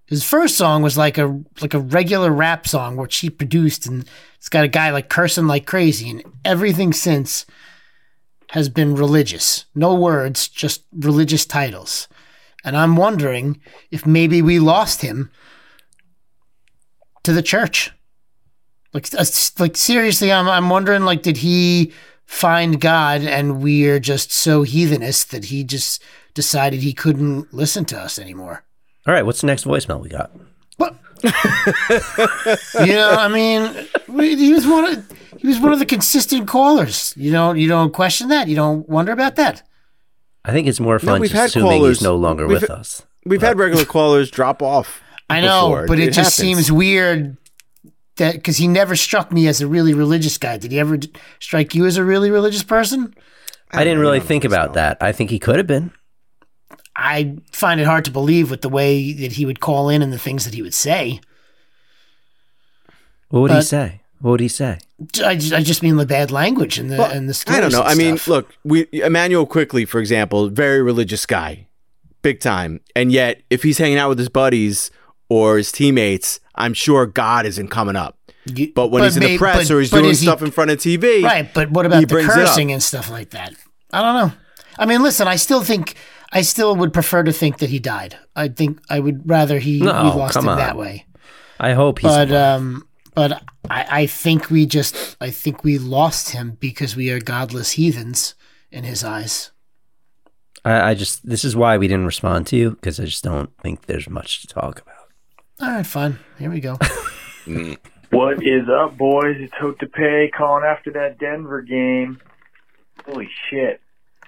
S3: His first song was like a like a regular rap song which he produced, and it's got a guy like cursing like crazy, and everything since has been religious. No words, just religious titles. And I'm wondering if maybe we lost him to the church. Like, uh, s- like seriously, I'm, I'm wondering, like, did he find God and we're just so heathenist that he just decided he couldn't listen to us anymore?
S2: All right, what's the next voicemail we got?
S3: But you know, I mean, we- he was one of he was one of the consistent callers. You don't you don't question that. You don't wonder about that.
S2: I think it's more fun
S4: we've
S2: just
S4: had
S2: assuming
S4: callers-
S2: he's no longer
S4: we've-
S2: with us.
S4: we've had regular callers drop off.
S3: I know,
S4: before.
S3: but it, just
S4: happens.
S3: seems weird that because he never struck me as a really religious guy. Did he ever d- strike you as a really religious person?
S2: I, didn't really think about that. I think he could have been.
S3: I find it hard to believe with the way that he would call in and the things that he would say.
S2: What would he
S3: But-
S2: say? What would he say?
S3: J- I, ju- I just mean the bad language and the
S4: Well,
S3: and the stories.
S4: I don't know.
S3: and
S4: I mean,
S3: stuff.
S4: look, we Emmanuel quickly, for example, very religious guy, big time, and yet if he's hanging out with his buddies or his teammates, I'm sure God isn't coming up.
S3: You-
S4: But when he's in
S3: may-
S4: the press
S3: but-
S4: or he's
S3: but
S4: doing
S3: is he-
S4: stuff in front of TV,
S3: right? But what
S4: he
S3: about the
S4: brings it up.
S3: cursing and stuff like that? I don't know. I mean, listen, I still think I still would prefer to think that he died. I think I would rather he we
S2: No,
S3: lost
S2: come
S3: him that
S2: on.
S3: way.
S2: I hope he's.
S3: but um but I, I think we just I think we lost him because we are godless heathens in his eyes.
S2: I, I just this is why we didn't respond to you because I just don't think there's much to talk about.
S3: All right, fine. Here we go.
S7: What is up, boys? It's Hope to Pay calling after that Denver game. Holy shit.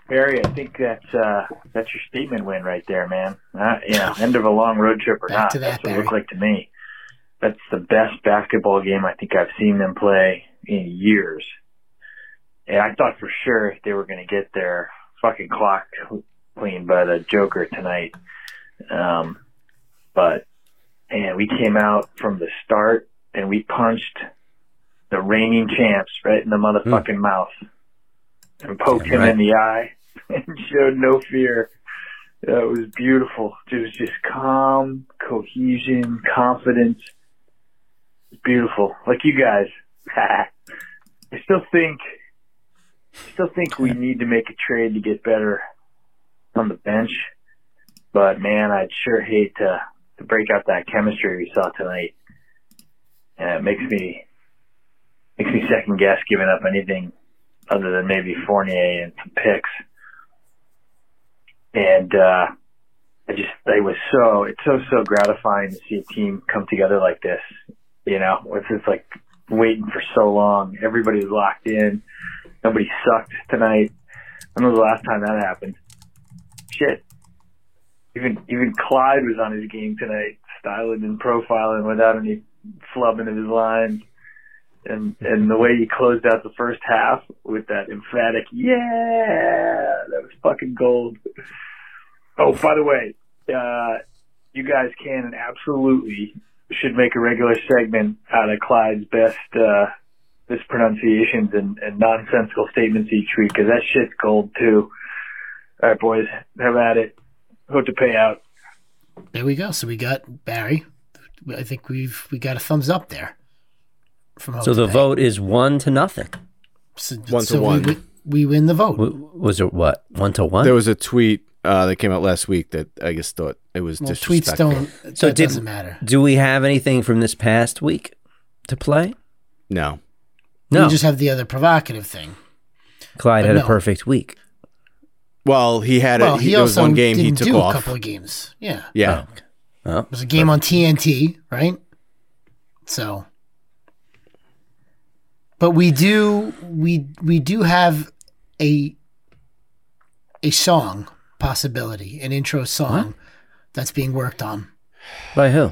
S7: Barry, I think that's uh, that's your statement win right there, man. Uh, you know, end of a long road trip or
S3: Back
S7: not.
S3: to that,
S7: that's what it looked
S3: Barry.
S7: like to me. That's the best basketball game I think I've seen them play in years. And I thought for sure they were going to get their fucking clock cleaned by the Joker tonight. Um, but, and we came out from the start and we punched the reigning champs right in the motherfucking mouth and poked him in the eye and showed no fear. Yeah, it was beautiful. It was just calm, cohesion, confidence. Beautiful. Like you guys. I still think, I still think we need to make a trade to get better on the bench. But man, I'd sure hate to, to break out that chemistry we saw tonight. And it makes me, makes me second guess giving up anything other than maybe Fournier and some picks. And uh, I just, it was so, it's so, so gratifying to see a team come together like this. You know, it's just like waiting for so long. Everybody's locked in. Nobody sucked tonight. When was the last time that happened? Shit. Even even Clyde was on his game tonight, styling and profiling without any flubbing of his lines. And and the way he closed out the first half with that emphatic yeah, that was fucking gold. Oh, by the way, uh, you guys can and absolutely should make a regular segment out of Clyde's best uh, mispronunciations and, and nonsensical statements each week because that shit's gold too. All right, boys, have at it. Hope to pay out.
S3: There we go. So we got Barry. I think we've we got a thumbs up there. From
S2: So the
S3: Hotepay.
S2: vote is one to nothing.
S3: So,
S4: One to
S3: so we
S4: one.
S3: wi- We, win the vote.
S2: W- was it what one to one?
S4: There was a tweet uh, that came out last week that I just thought it was
S3: Well, tweets
S4: disrespectful.
S3: don't.
S2: So
S3: So
S2: did-
S3: it doesn't matter.
S2: Do we have anything from this past week to play?
S4: No.
S2: No,
S3: We just have the other provocative thing.
S2: Clyde
S3: but
S2: had a
S3: no.
S2: perfect week.
S4: Well, he had a,
S3: Well,
S4: he,
S3: he
S4: there was
S3: also
S4: one game
S3: didn't
S4: he took
S3: do
S4: off.
S3: a couple of games. Yeah, it
S4: yeah.
S2: Oh,
S3: was a game on TNT, right? So, but we do we we do have a a song possibility, an intro song that's being worked on.
S2: by who?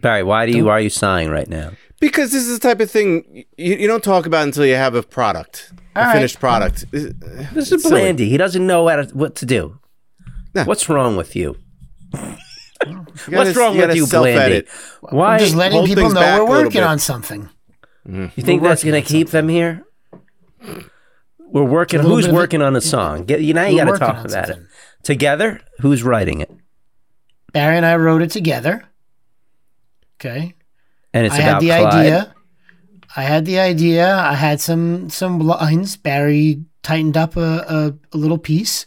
S2: Barry, why do you why are you sighing right now?
S4: Because this is the type of thing you, you don't talk about until you have a product,
S3: All
S4: a
S3: right.
S4: finished product.
S2: This is
S4: It's silly.
S2: Blandy. He doesn't know how to, what to do.
S4: No.
S2: What's wrong with you?
S4: gotta-
S2: What's wrong
S4: you
S2: with
S4: gotta
S2: you, Blandy?
S4: self-edit.
S2: Why
S3: I'm just letting
S4: hold
S3: people
S4: things
S3: know
S4: back a
S3: we're
S4: little
S3: working
S4: bit.
S3: on something.
S2: You think that's going to keep them here? We're working.
S3: A little
S2: Who's
S3: bit of it-
S2: working on a song? Get, you now you
S3: We're
S2: got to
S3: working
S2: talk
S3: on
S2: about it
S3: something.
S2: together. Who's writing it?
S3: Barry and I wrote it together. Okay.
S2: And it's
S3: I had
S2: about
S3: the
S2: Clyde.
S3: idea. I had the idea. I had some some lines. Barry tightened up a, a, a little piece,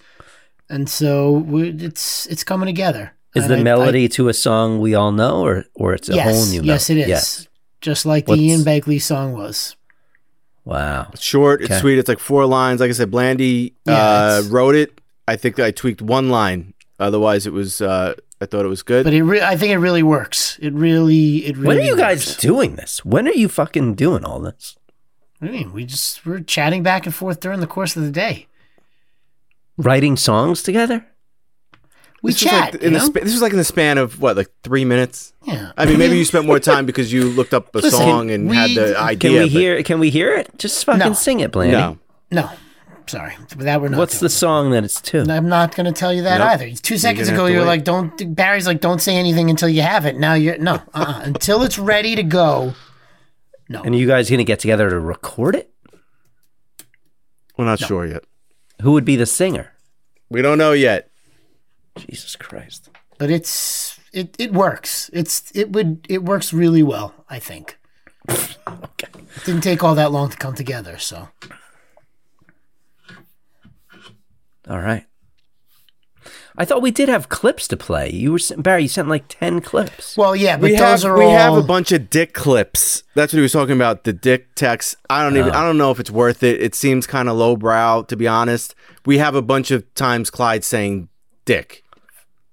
S3: and so we, it's it's coming together.
S2: Is
S3: And
S2: the
S3: I-
S2: melody to a song we all know, or or it's
S3: I-
S2: a
S3: yes,
S2: whole new melody?
S3: yes, it is. Just like
S2: What's-
S3: the Ian Begley song was.
S2: Wow.
S4: It's short. It's
S2: Okay.
S4: sweet. It's like four lines. Like I said, Blandy
S3: Yeah,
S4: uh,
S3: it's-
S4: wrote it. I think I tweaked one line. Otherwise, it was. Uh, I thought it was good.
S3: But it re- I think it really works. It really it really.
S2: When are you guys
S3: works.
S2: doing this? When are you fucking doing all this?
S3: I mean, we just we're chatting back and forth during the course of the day.
S2: Writing songs together?
S3: We
S4: This was
S3: chat.
S4: like
S3: you
S4: in the
S3: know?
S4: sp- this was like in the span of what, like three minutes.
S3: yeah.
S4: I mean, maybe you spent more time because you looked up a
S2: Listen,
S4: song and had
S3: we-
S4: the
S3: can
S4: idea.
S2: Can we
S4: but
S2: hear? Can we hear it? Just fucking
S3: No.
S2: sing it, Blandy.
S4: No,
S3: No, sorry. That we're not.
S2: What's
S3: doing.
S2: the song that it's to?
S3: And I'm not going to tell you that
S4: Nope.
S3: either. Two seconds
S4: gonna
S3: ago,
S4: have to
S3: you were
S4: wait.
S3: like, "Don't." Barry's like, "Don't say anything until you have it." Now you're no, uh-uh. until it's ready to go.
S2: And you guys gonna get together to record it?
S4: we're not sure yet.
S2: Who would be the singer?
S4: We don't know yet.
S2: Jesus Christ.
S3: But it's it it works. It's it would it works really well. I think. It didn't take all that long to come together. So
S2: All right. I thought we did have clips to play. You were sen- Barry. You sent like ten clips.
S3: well, yeah. But
S4: we
S3: those
S4: have
S3: are
S4: we
S3: all.
S4: have a bunch of dick clips. That's what he was talking about. The dick text. I don't even. I don't know if it's worth it. It seems kind of lowbrow, to be honest. We have a bunch of times Clyde saying "dick."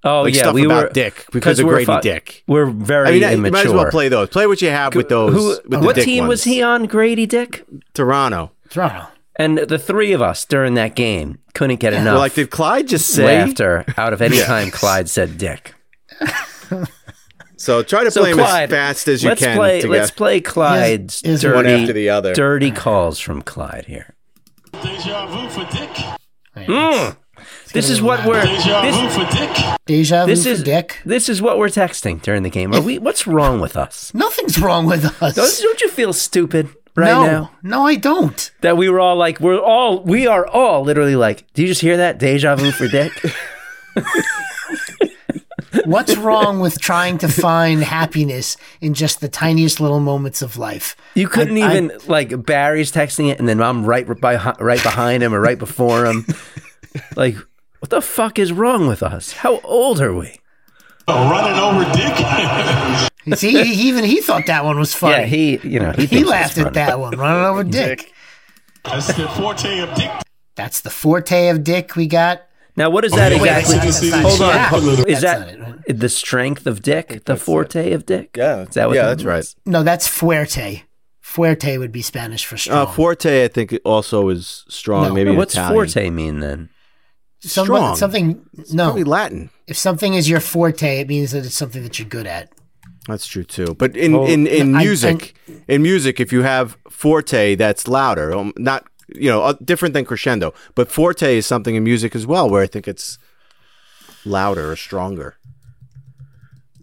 S2: oh
S4: like
S2: yeah,
S4: stuff
S2: we
S4: about
S2: were
S4: dick, because of
S2: we're
S4: Grady Dick.
S2: We're very
S4: I mean,
S2: immature.
S4: you might as well play those. Play what you have with those.
S2: Who-
S4: with the
S2: what
S4: dick
S2: team was
S4: ones.
S2: he on? Grady Dick.
S4: Toronto.
S3: Toronto.
S2: And the three of us during that game couldn't get enough
S4: Well, like did Clyde just say?
S2: laughter out of any time Clyde said Dick.
S4: So try to
S2: So
S4: play him
S2: Clyde,
S4: as fast as you
S2: let's
S4: can.
S2: Play,
S4: together.
S2: let's play Clyde's
S3: Here's- here's
S2: dirty,
S3: one
S4: after the other.
S2: dirty calls from Clyde here.
S9: Deja vu for Dick.
S3: Yeah,
S4: Hmm.
S2: This is what we're
S9: Deja vu
S2: this,
S9: for Dick.
S3: Deja vu
S2: this
S3: for
S2: is
S3: Dick.
S2: this is what we're texting during the game. Are we? What's wrong with us?
S3: Nothing's wrong with us.
S2: Don't, don't you feel stupid right
S3: no,
S2: now
S3: no, I don't.
S2: that we were all like we're all we are all literally like? Do you just hear that deja vu for Dick?
S3: What's wrong with trying to find happiness in just the tiniest little moments of life?
S2: You couldn't
S3: I-
S2: even like Barry's texting it, and then I'm right by, right behind him or right before him. like, what the fuck is wrong with us? How old are we?
S9: Oh, running over Dick.
S3: See, he, even he thought that one was funny.
S2: Yeah, he, you know, he,
S3: he
S2: thinks it's
S3: laughed at
S2: funny.
S3: that one, running over Dick.
S9: That's the forte of Dick.
S3: That's the forte of Dick we got.
S2: Now, what is that
S3: Wait,
S2: exactly?
S3: that's not-
S2: Hold on.
S3: that's
S2: hold-
S3: not-
S2: Is
S3: that's
S2: that
S3: not
S2: the strength of Dick? The forte of Dick?
S4: Yeah,
S2: Is that what
S4: yeah,
S2: that
S4: that's right.
S2: means?
S3: No, that's fuerte. Fuerte would be Spanish for strong.
S4: Uh, forte, I think, also is strong.
S3: No.
S4: Maybe in
S2: What's
S4: Italian.
S2: forte mean then?
S3: Some-
S4: strong.
S3: Something.
S4: Probably
S3: No,
S4: Latin.
S3: if something is your forte, it means that it's something that you're good at.
S4: That's true too. But in in, in
S3: I- I-
S4: music, in music, if you have forte, that's louder. Um, not you know uh, different than crescendo, but forte is something in music as well, where I think it's louder or stronger.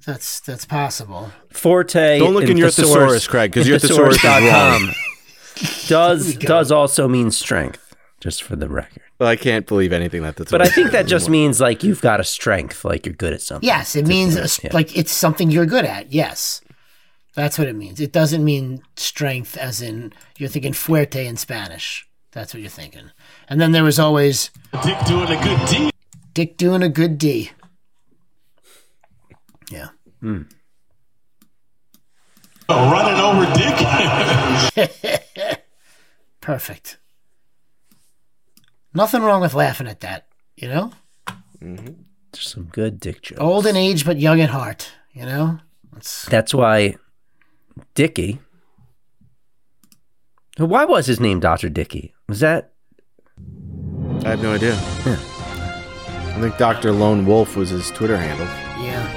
S3: That's that's possible.
S2: Forte.
S4: Don't look in your thesaurus, Craig, 'cause your thesaurus is
S2: thesaurus.com does does also mean strength, just for the record.
S4: Well, I can't believe anything that. That's
S2: But I think that just means like you've got a strength, like you're good at something.
S3: Yes, it means a,
S2: yeah.
S3: like it's something you're good at. Yes, that's what it means. It doesn't mean strength, as in you're thinking fuerte in Spanish. That's what you're thinking. And then there was always
S9: Dick doing a good deed.
S3: Dick doing a good D. Yeah.
S9: Oh, running over Dick.
S3: Perfect. Nothing wrong with laughing at that, you know?
S2: There's some good dick jokes.
S3: Old in age but young at heart, you know? That's
S2: That's why Dicky. Why was his name Doctor Dicky? Was that
S4: I have no idea. I think Doctor Lone Wolf was his Twitter handle.
S3: yeah.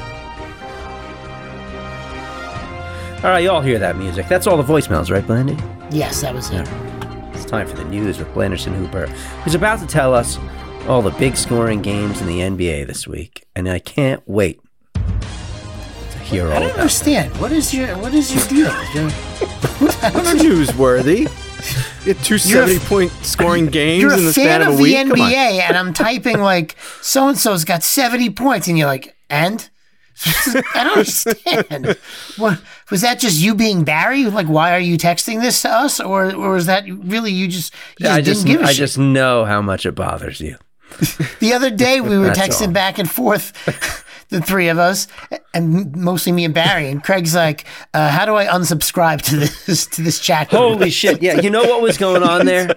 S2: all right? Y'all hear that music? That's all the voicemails, right, Blandy?
S3: Yes, that was it.
S2: It's time for the news with Blanderson Hooper, who's about to tell us all the big scoring games in the NBA this week, and I can't wait to hear
S3: I
S2: all
S3: don't
S2: about.
S3: understand. What is your what is your deal? You're,
S4: Not newsworthy. You had two
S3: You're a-
S4: 70 point scoring games
S3: you're
S4: in
S3: a
S4: the
S3: fan
S4: span
S3: of,
S4: of a
S3: the
S4: week. Come on.
S3: NBA and I'm typing like so and so's got 70 points and you're like, "And?" I don't understand. What was that just you being Barry? Like why are you texting this to us or or was that really you just you
S2: I
S3: just
S2: just,
S3: didn't give
S2: I
S3: a shit?
S2: just know how much it bothers you.
S3: The other day we were
S2: That's
S3: texting
S2: all.
S3: back and forth, the three of us, and mostly me and Barry. And Craig's like, uh, "How do I unsubscribe to this to this chat?" group?"
S2: Holy shit! Yeah, you know what was going on there?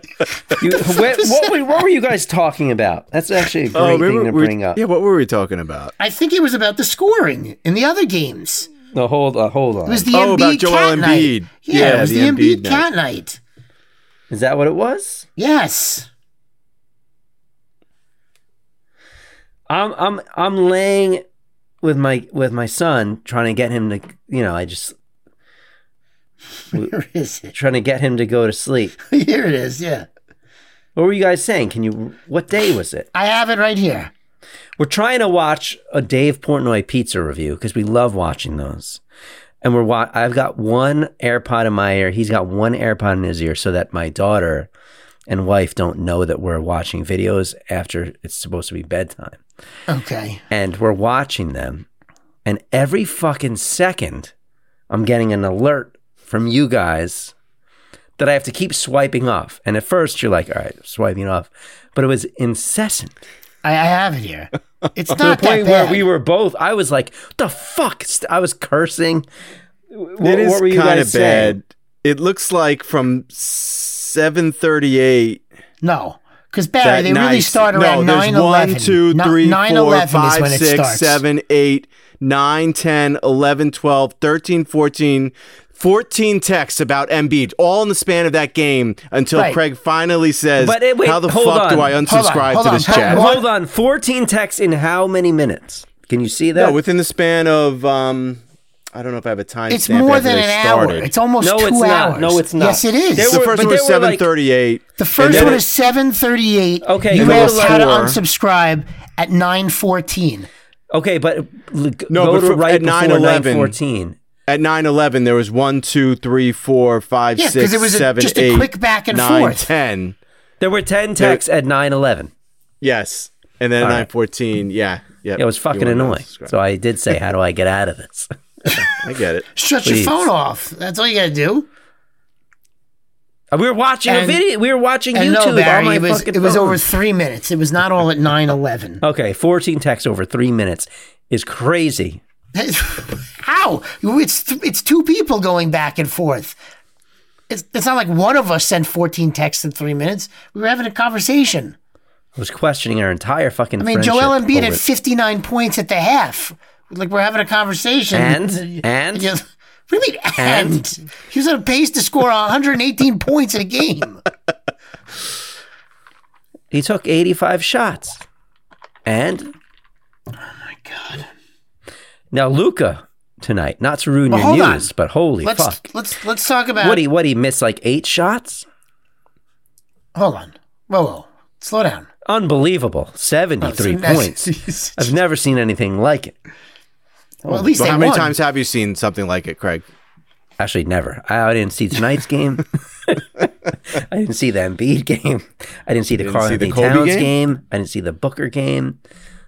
S2: You, what, what, were- what were you guys talking about? That's actually a great thing to
S4: Oh, we-
S2: bring up.
S4: Yeah, what were we talking about?
S3: I think it was about the scoring in the other games.
S2: No, hold on, hold on.
S3: It was the Embiid
S4: Oh, about Joel
S3: cat night.
S4: Embiid.
S3: Yeah, it
S4: Yeah,
S3: was the,
S4: the
S3: Embiid,
S4: Embiid
S3: cat night.
S2: Is that what it was?
S3: Yes,
S2: I'm I'm I'm laying with my with my son trying to get him to you know I just
S3: where is it?
S2: trying to get him to go to sleep.
S3: Here it is. Yeah,
S2: What were you guys saying? Can you what day was it?
S3: I have it right here.
S2: We're trying to watch a Dave Portnoy pizza review because we love watching those. And we're wa- I've got one AirPod in my ear. He's got one AirPod in his ear so that my daughter and wife don't know that we're watching videos after it's supposed to be bedtime.
S3: Okay,
S2: and we're watching them. And every fucking second, I'm getting an alert from you guys that I have to keep swiping off. And at first, you're like, all right, swiping off. But it was incessant
S3: I, I have it here. It's
S2: to the
S3: not that
S2: point where
S3: bad.
S2: we were both, I was like, the fuck? St- I was cursing. Wh-
S4: It is
S2: what were you
S4: kind
S2: guys
S4: of
S2: saying?
S4: bad. It looks like from 7:38
S3: no. Because Barry,
S4: that
S3: they
S4: night.
S3: really start
S4: no,
S3: around
S4: there's
S3: 9
S4: 1,
S3: 11.
S4: 2, 3, 4, 5, 6,
S3: starts.
S4: 7, 8, 9, 10, 11, 12, 13, 14, 14 texts about Embiid, all in the span of that game until
S3: Right.
S4: Craig finally says,
S2: But it- wait,
S4: "How the
S2: hold
S4: fuck do
S2: on.
S4: I
S2: Hold
S3: on,
S4: unsubscribe
S3: hold
S4: to
S3: on,
S4: this
S3: hold
S4: chat?"
S3: on.
S2: Hold on, 14 texts in how many minutes? Can you see that?
S4: No, within the span of um, I don't know if I have a time.
S3: It's more than an hour. It's almost
S2: No,
S3: two
S2: it's not.
S3: hours.
S2: No, it's not.
S3: Yes, it is.
S2: There
S4: the
S2: were-
S4: first
S2: but
S4: one was
S2: they were like-
S4: seven thirty-eight.
S3: the first
S2: then
S3: one
S2: it-
S3: is seven thirty-eight.
S2: Okay,
S3: you
S2: go
S3: asked
S2: to
S3: how to
S4: four.
S3: unsubscribe at nine fourteen.
S2: okay, but l- g-
S4: No,
S2: go
S4: but
S2: to
S4: for-
S2: right
S4: at
S2: before
S4: 9:11.
S2: 9:14.
S4: At nine eleven, there was one, two, three, four, five,
S3: Yeah,
S4: six,
S3: 'cause it was a-
S4: seven,
S3: just a
S4: eight,
S3: quick back and
S4: nine,
S3: forth.
S4: 10.
S2: There were 10 texts at 9:11.
S4: Yes, and then
S2: All right.
S4: nine fourteen. Yeah, yeah.
S2: It was fucking annoying. So
S4: I,
S2: I did say, how do I get out of this?
S4: I get it.
S3: Shut
S2: Please.
S3: your phone off. That's all you gotta do.
S2: We were watching
S3: And-
S2: a video. We were watching
S3: And
S2: YouTube
S3: no,
S2: on
S3: Barry,
S2: my
S3: it was
S2: fucking
S3: it was
S2: phone.
S3: over three minutes. It was not all at nine eleven.
S2: okay, 14 texts over three minutes is crazy.
S3: how? It's th- it's two people going back and forth. It's, it's not like one of us sent 14 texts in three minutes. We were having a conversation.
S2: I was questioning our entire fucking.
S3: I mean,
S2: friendship
S3: Joel Embiid
S2: over
S3: had
S2: it.
S3: 59 points at the half. Like, we're having a conversation.
S2: And and
S3: Yeah. What do you mean, and? He was on a pace to score 118 points in a game.
S2: he took eighty-five shots, and. Oh my god! Now Luca tonight, not to ruin
S3: Well,
S2: your
S3: hold on.
S2: news, but holy
S3: Let's,
S2: fuck!
S3: let's let's talk about.
S2: What he what he missed like eight shots?
S3: Hold on. Whoa, whoa. Slow down.
S2: Unbelievable! Seventy-three points. I've never seen anything like it.
S3: well, at least
S4: Well,
S3: they
S4: how many
S3: won.
S4: times have you seen something like it, Craig?
S2: Actually, never. I, I didn't see tonight's game. I didn't see the Embiid game. I didn't see the
S4: didn't
S2: Carl
S4: see the
S2: Anthony
S4: Kobe
S2: Towns game?
S4: game?
S2: I didn't see the Booker game.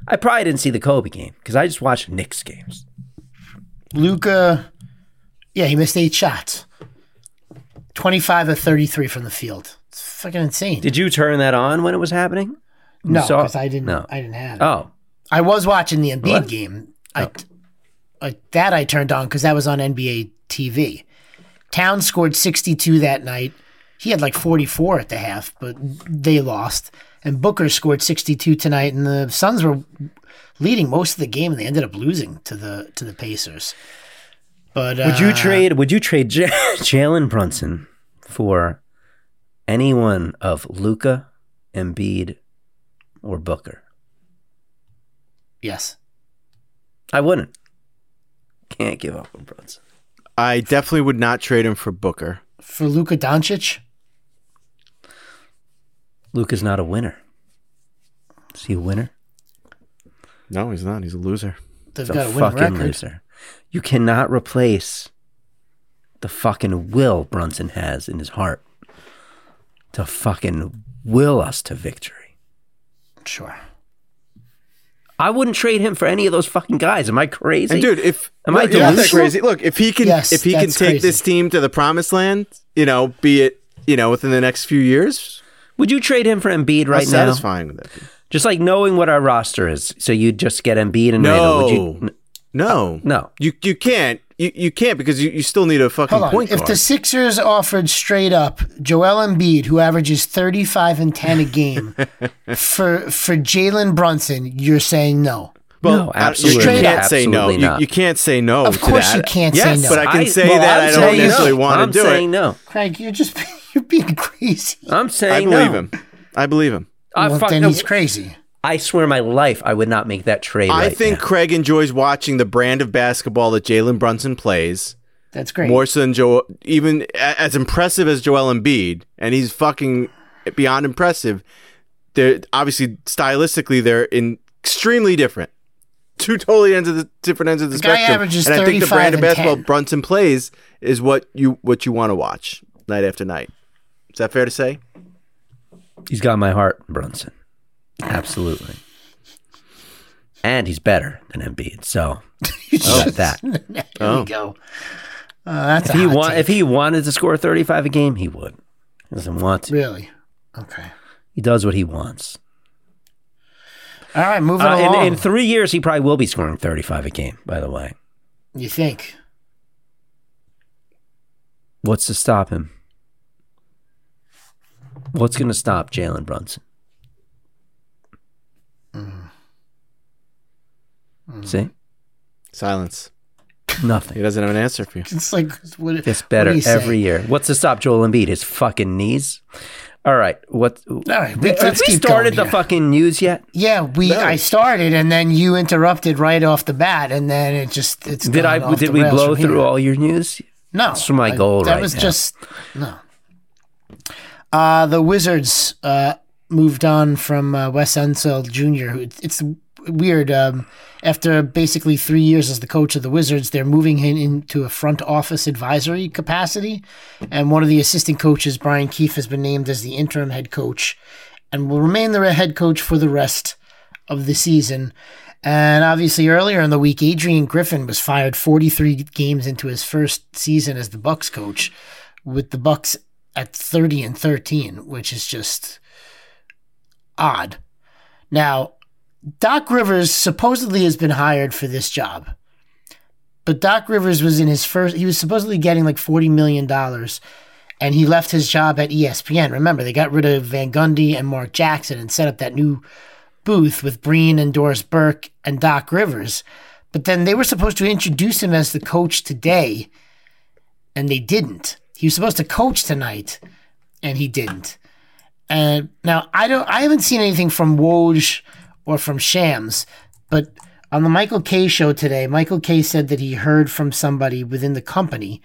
S2: I probably didn't see the Kobe game because I just watched Knicks games.
S3: Luca, yeah, he missed eight shots. 25 of 33 from the field. It's fucking insane.
S2: Did you turn that on when it was happening?
S3: no,
S2: you saw-
S3: because I didn't.
S2: no.
S3: I didn't have. It.
S2: Oh,
S3: I was watching the Embiid
S2: What?
S3: game. I, I- that I turned on because that was on NBA TV. Town scored 62 that night. He had like 44 at the half, but they lost. And Booker scored 62 tonight, and the Suns were leading most of the game, and they ended up losing to the to the Pacers. But
S2: would you
S3: uh,
S2: trade? Would you trade J- Jalen Brunson for any one of Luca, Embiid, or Booker?
S3: Yes.
S2: I wouldn't. Can't give up on Brunson.
S4: I definitely would not trade him for Booker.
S3: For Luka Doncic,
S2: Luca's not a winner. Is he a winner?
S4: No, he's not. He's a loser.
S3: they've
S2: It's
S3: got
S2: a
S3: a winning
S2: fucking
S3: record.
S2: loser. You cannot replace the fucking will Brunson has in his heart to fucking will us to victory.
S3: Sure.
S2: I wouldn't trade him for any of those fucking guys. Am I crazy?
S4: And dude, if
S2: Am I
S4: look, you're not that
S2: delusional?
S4: crazy? Look, if he can,
S3: Yes,
S4: if he can
S3: that's
S4: take
S3: crazy.
S4: this team to the promised land, you know, be it, you know, within the next few years,
S2: would you trade him for Embiid
S4: how
S2: right now?
S4: satisfying would that be?
S2: Just like knowing what our roster is, so you just get Embiid and Randall. Would you?
S4: No. No,
S2: no.
S4: you you can't, you, you can't because you, you still need a fucking
S3: Hold on.
S4: point
S3: if
S4: guard.
S3: the Sixers offered straight up Joel Embiid, who averages 35 and 10 a game, for for Jalen Brunson, you're saying no.
S2: Well,
S4: I-
S2: absolutely
S4: you can't
S2: not.
S4: say no.
S2: Absolutely
S4: You,
S2: not.
S4: you can't say no.
S3: Of
S4: to
S3: course
S4: that.
S3: you can't
S2: Yes,
S3: say
S4: but
S3: no.
S4: I can say that I don't
S2: saying no.
S4: necessarily want to
S2: I'm
S4: do it.
S2: saying no.
S3: Craig, you're just you're being crazy.
S2: I'm
S4: I
S2: saying no.
S4: believe him. I believe him.
S2: I,
S3: well,
S2: fuck-
S3: then
S2: no,
S3: he's crazy.
S2: I swear my life, I would not make that trade.
S4: I
S2: right
S4: think
S2: now.
S4: Craig enjoys watching the brand of basketball that Jalen Brunson plays
S3: That's great.
S4: more so than Joe. Even a- as impressive as Joel Embiid, and he's fucking beyond impressive. They're obviously stylistically they're in extremely different. Two totally ends of the different ends of the,
S3: The guy
S4: spectrum.
S3: averages
S4: and I think the
S3: 35
S4: brand of
S3: and
S4: basketball
S3: 10.
S4: Brunson plays is what you what you want to watch night after night. Is that fair to say?
S2: He's got my heart, Brunson. Absolutely. And he's better than Embiid. So oh, that. Oh.
S3: There we go. Uh, that's
S2: If
S3: a
S2: he
S3: hot
S2: want,
S3: take.
S2: if he wanted to score 35 a game, he would. He doesn't want to.
S3: really. Okay.
S2: He does what he wants.
S3: All right, moving
S2: Uh,
S3: along.
S2: in, in three years, he probably will be scoring 35 a game, by the way.
S3: you think?
S2: What's to stop him? What's going to stop Jalen Brunson?
S3: Mm.
S2: See?
S4: Silence.
S2: Nothing.
S4: He doesn't have an answer for you.
S3: It's like what,
S2: It's
S3: Mm. what do
S2: better
S3: you say?
S2: every year. What's to stop Joel Embiid? His fucking knees. All right. What?
S3: All right,
S2: we,
S3: we, let's
S2: have we
S3: keep
S2: started
S3: going
S2: the
S3: here.
S2: fucking news yet?
S3: Yeah, we. I started, and then you interrupted right off the bat, and then it just it's.
S2: Did
S3: gone
S2: I?
S3: off
S2: Did
S3: the
S2: we
S3: rails
S2: blow
S3: from here.
S2: through all your news?
S3: No,
S2: That's my
S3: I-
S2: goal
S3: That
S2: right
S3: was
S2: now.
S3: just no. Uh, the Wizards uh, moved on from uh, Wes Unseld Jr. Who it's weird. Um, after basically three years as the coach of the Wizards, they're moving him into a front office advisory capacity, and one of the assistant coaches, Brian Keefe, has been named as the interim head coach, and will remain the head coach for the rest of the season. And obviously, earlier in the week, Adrian Griffin was fired 43 games into his first season as the Bucks coach, with the Bucks at 30 and 13, which is just odd. Now, Doc Rivers supposedly has been hired for this job, but Doc Rivers was in his first. He was supposedly getting like 40 million dollars, and he left his job at E ESPN. Remember, they got rid of Van Gundy and Mark Jackson and set up that new booth with Breen and Doris Burke and Doc Rivers. But then they were supposed to introduce him as the coach today, and they didn't. He was supposed to coach tonight, and he didn't. And now I don't I haven't seen anything from Woj or from Shams, but on the Michael K show today, Michael K said that he heard from somebody within the company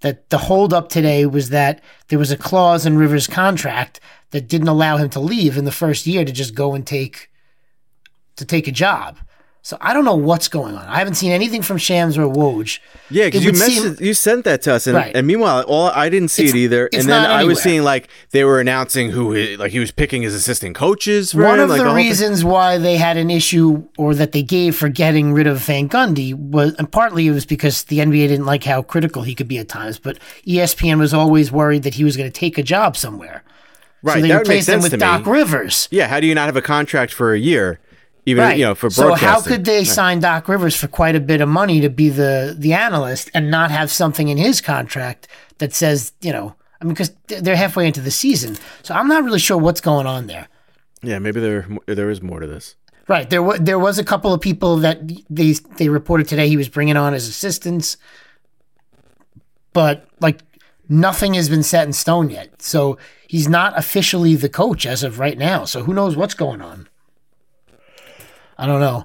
S3: that the holdup today was that there was a clause in Rivers' contract that didn't allow him to leave in the first year to just go and take to take a job. So I don't know what's going on. I haven't seen anything from Shams or Woj.
S4: Yeah,
S3: It
S4: because you
S3: would
S4: messaged,
S3: seem-
S4: you sent that to us, and,
S3: Right.
S4: and meanwhile, all I didn't see
S3: It's-
S4: it either.
S3: it's
S4: And then
S3: not
S4: I was
S3: anywhere.
S4: seeing like they were announcing who, he, like he was picking his assistant coaches. For
S3: One
S4: him,
S3: of
S4: like,
S3: the
S4: whole thing.
S3: reasons why they had an issue or that they gave for getting rid of Van Gundy was, and partly it was because the NBA didn't like how critical he could be at times, but E ESPN was always worried that he was going to take a job somewhere.
S4: right?
S3: so they
S4: that would make
S3: replaced him
S4: sense
S3: with
S4: to
S3: Doc
S4: me.
S3: Rivers.
S4: Yeah, how do you not have a contract for a year, even you know for
S3: so
S4: broadcasting?
S3: how could they sign Doc Rivers for quite a bit of money to be the the analyst and not have something in his contract that says you know I mean because they're halfway into the season so I'm not really sure what's going on there
S4: Yeah, maybe there there is more to this.
S3: right there was there was a couple of people that they they reported today he was bringing on as assistants but like nothing has been set in stone yet so he's not officially the coach as of right now so who knows what's going on I don't know.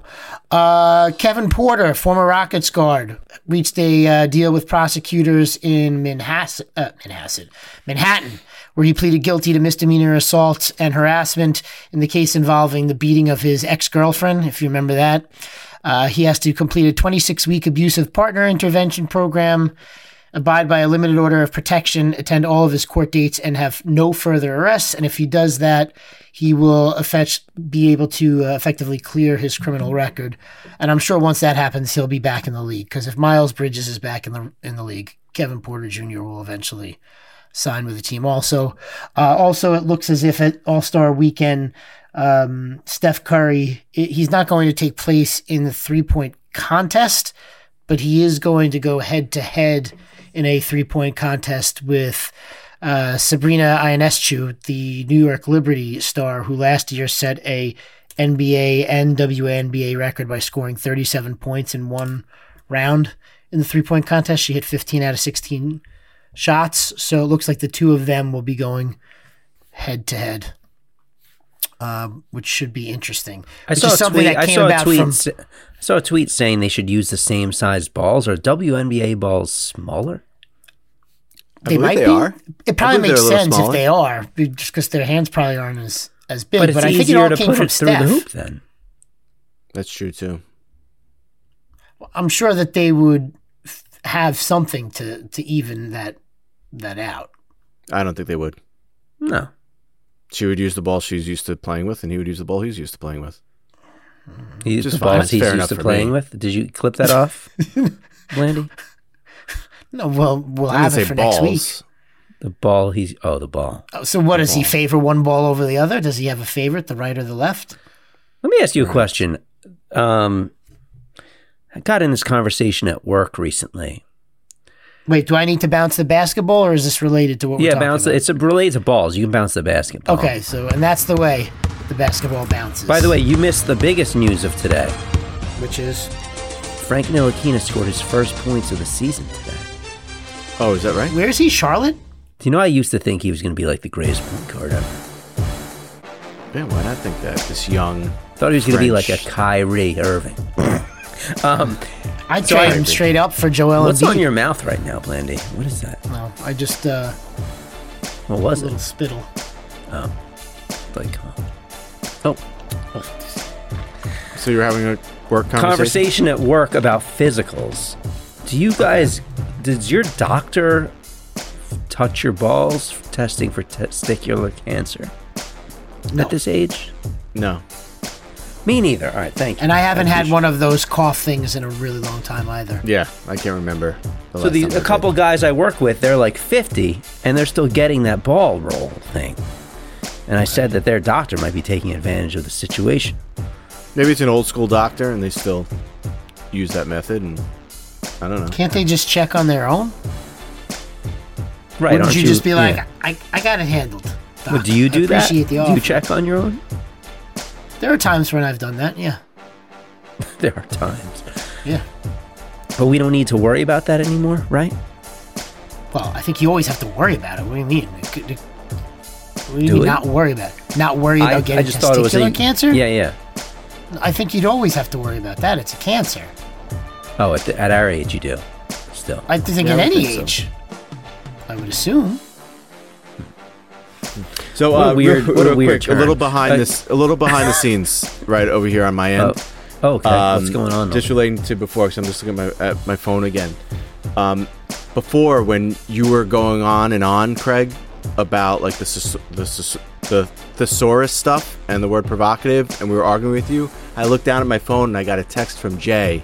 S3: Uh, Kevin Porter, former Rockets guard, reached a uh, deal with prosecutors in Manhasset, uh, Manhasset, Manhattan, where he pleaded guilty to misdemeanor assault and harassment in the case involving the beating of his ex girlfriend, if you remember that. Uh, he has to complete a 26 week abusive partner intervention program, abide by a limited order of protection, attend all of his court dates, and have no further arrests. And if he does that, he will effect- be able to uh, effectively clear his criminal record. And I'm sure once that happens, he'll be back in the league. Because if Miles Bridges is back in the in the league, Kevin Porter Jr. will eventually sign with the team. Also, uh, also it looks as if at All Star Weekend, um, Steph Curry i- he's not going to take place in the three point contest but he is going to go head to head in a three point contest with uh, Sabrina Ionescu, the New York Liberty star, who last year set a NBA and WNBA record by scoring 37 points in one round in the three point contest. She hit 15 out of 16 shots, so it looks like the two of them will be going head to head. um, which should be interesting.
S2: I
S3: Which
S2: saw
S3: is
S2: a
S3: something
S2: tweet.
S3: that
S2: I
S3: came
S2: saw a
S3: about
S2: tweet.
S3: from-
S2: s- I saw a tweet saying they should use the same size balls. Are WNBA balls smaller?
S3: they
S4: believe
S3: might
S4: they
S3: be.
S4: are.
S3: It probably
S4: believe they're
S3: makes
S4: a little
S3: sense
S4: smaller.
S3: if they are, be- just because their hands probably aren't as as big.
S2: but
S3: But,
S2: it's
S3: I think it
S2: easier
S3: all
S2: to
S3: came
S2: put
S3: from
S2: it through the
S3: Steph.
S2: hoop then.
S4: That's true too.
S3: I'm sure that they would f- have something to to even that that out.
S4: I don't think they would.
S2: No.
S4: She would use the ball she's used to playing with, and he would use the ball he's used to playing with.
S2: He used the
S4: Just fine.
S2: balls
S4: That's
S2: he's
S4: fair
S2: used
S4: enough
S2: to
S4: for
S2: playing
S4: me.
S2: with. Did you clip that off, Blandy?
S3: No, well, we'll
S4: I didn't
S3: have it for
S4: say balls.
S3: next week.
S2: The ball he's oh the ball.
S3: Oh, So, what does he favor one ball over the other? Does he have a favorite, the right or the left?
S2: Let me ask you a question. Um, I got in this conversation at work recently.
S3: Wait, do I need to bounce the basketball, or is this related to what we're
S2: yeah,
S3: talking
S2: bounce.
S3: about?
S2: It's a, related to balls. You can bounce the basketball.
S3: Okay, so and that's the way the basketball bounces.
S2: By the way, you missed the biggest news of today.
S3: which is
S2: Frank Nilakina scored his first points of the season today.
S4: Oh, is that right?
S3: where is he? Charlotte.
S2: Do you know I used to think he was going to be like the greatest point guard ever?
S4: Yeah, why not think that? This young.
S2: Thought he was going to be like
S4: French.
S2: a Kyrie Irving. um,
S3: I
S2: So
S3: trade
S2: I-
S3: him straight up for Joel
S2: what's
S3: Embiid.
S2: on your mouth right now, Blandy? What is that?
S3: No, I just uh,
S2: What
S3: a
S2: was
S3: little
S2: it?
S3: spittle.
S2: Like
S3: uh,
S2: oh.
S4: So you're having a work conversation.
S2: conversation at work about physicals. Do you guys? Does your doctor touch your balls for testing for testicular cancer
S3: No.
S2: at this age?
S4: No.
S2: Me neither. All right, thank you.
S3: And I haven't had one of those cough things in a really long time either.
S4: Yeah, I can't remember. the
S2: So
S4: last
S2: the,
S4: time I
S2: a
S4: did.
S2: couple guys I work with, they're like 50, and they're still getting that ball roll thing. And I said that their doctor might be taking advantage of the situation.
S4: Maybe it's an old school doctor, and they still use that method. And I don't know.
S3: Can't they just check on their own?
S2: Right.
S3: Wouldn't
S2: aren't
S3: you just be like,
S2: yeah.
S3: I, I got it handled? Doc.
S2: Well, do you
S3: I
S2: do that?
S3: appreciate
S2: do
S3: the offer.
S2: you check on your own?
S3: There are times when I've done that. Yeah,
S2: There are times.
S3: yeah.
S2: But we don't need to worry about that anymore, right?
S3: Well, I think you always have to worry about it. What do you mean? It could- it- What do you
S2: Do
S3: mean
S2: it?
S3: not worry about it? Not worry about
S2: I,
S3: getting
S2: I just
S3: testicular
S2: thought it was a
S3: cancer?
S2: Yeah, yeah.
S3: I think you'd always have to worry about that. It's a cancer.
S2: Oh, at, the, at our age, you do. Still.
S3: I think
S4: Yeah,
S3: at
S4: I would
S3: any
S4: think so.
S3: age, I would assume.
S4: So
S2: What a
S4: uh,
S2: weird-
S4: real,
S2: what a
S4: real
S2: weird
S4: quick, a little
S2: turn.
S4: behind
S2: Uh,
S4: this, a little behind the scenes, right over here on my end.
S2: Oh, oh, okay. What's
S4: Um,
S2: going on? though?
S4: Just relating to before, because I'm just looking at my, at my phone again. Um, before, when you were going on and on, Craig, about like the sus- the, sus- the thesaurus stuff and the word provocative, and we were arguing with you, I looked down at my phone and I got a text from Jay,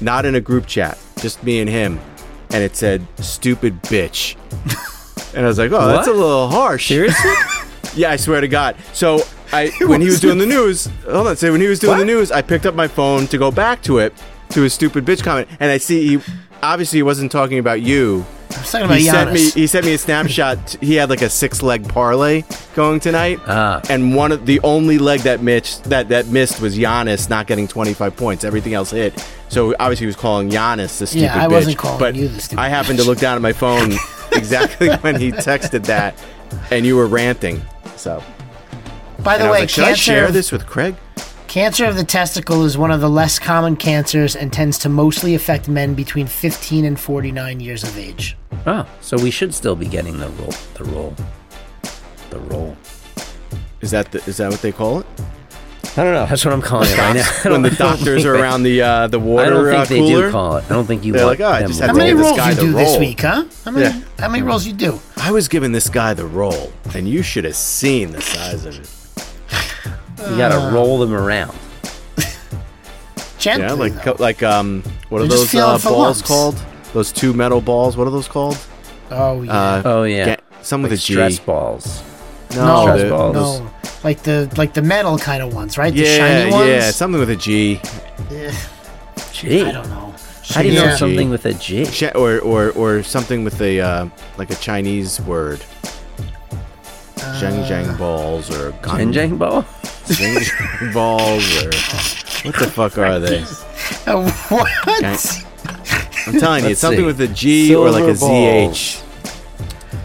S4: not in a group chat, just me and him, and it said "stupid bitch," and I was like, "Oh, that's a
S2: What?
S4: little harsh."
S2: Seriously?
S4: Yeah, I swear to God. So I when he was doing the news, hold on, say when he was doing the news, I picked up my phone to go back to it to his stupid bitch comment, and I see he obviously he wasn't talking about you.
S3: I was talking about
S4: He sent me
S3: Giannis.
S4: he sent me a snapshot. He had like a six leg parlay going tonight,
S2: Ah.
S4: and one of the only leg that missed that that missed was Giannis not getting twenty five points. Everything else hit. So obviously he was calling Giannis the stupid
S3: Yeah, I
S4: bitch.
S3: wasn't calling
S4: but
S3: you the stupid
S4: I happened to look down at my phone exactly when he texted that, and you were ranting. So.
S2: e-
S3: By the
S4: And I was
S3: way,
S4: like, should I
S3: Oh, cancer,
S4: share
S3: of-
S4: this with Craig?
S3: cancer of the testicle is one of the less common cancers and tends to mostly affect men between 15 and 49 years of age.
S2: Oh, so we should still be getting the roll, the roll, the roll.
S4: Is that the, is that what they call it?
S2: I don't know. That's what I'm calling it right now. I don't-
S4: When the
S2: I don't
S4: doctors
S2: think
S4: are
S2: they-
S4: around the uh, the water
S2: I don't think
S4: uh,
S2: they
S4: cooler.
S2: do call it. I don't think you
S4: They're
S2: want
S4: like, "Oh, I
S2: them
S4: just
S2: to
S4: had
S3: How
S2: roll
S3: many
S4: to give this
S2: it."
S3: rolls
S4: guy
S3: you
S4: the
S3: do this
S4: roll.
S3: week, huh? How many,
S4: Yeah.
S3: how many rolls you do?
S4: I was giving this guy the roll, and you should have seen the size of it.
S2: You
S4: Ah.
S2: gotta roll them around.
S3: Gently,
S4: yeah, like
S3: though.
S4: like um, what are
S3: They're just
S4: those uh,
S3: feeling for
S4: balls
S3: lumps.
S4: called? Those two metal balls. What are those called?
S3: oh yeah,
S4: Uh,
S2: Oh yeah,
S4: Get- some with
S2: Like
S4: a G.
S2: stress balls.
S4: no,
S2: stress
S4: the-
S2: balls.
S4: those-
S3: no, like the like the metal kind of ones, right? the
S4: Yeah,
S3: shiny ones. Eh,
S4: yeah, something with a G,
S2: Gee,
S3: I don't know.
S2: how do you
S3: Yeah.
S2: know something with a G?
S4: Sh- or or or something with a uh, like a Chinese word. Zhang
S3: Uh,
S4: Zhang balls or
S2: Jing
S4: gan-
S2: jang ball.
S4: Zing zang balls or what the fuck are they?
S3: Uh, what?
S4: I'm telling you,
S2: Let's
S4: it's something
S2: see.
S4: with a G or like a
S2: Silver
S4: ZH.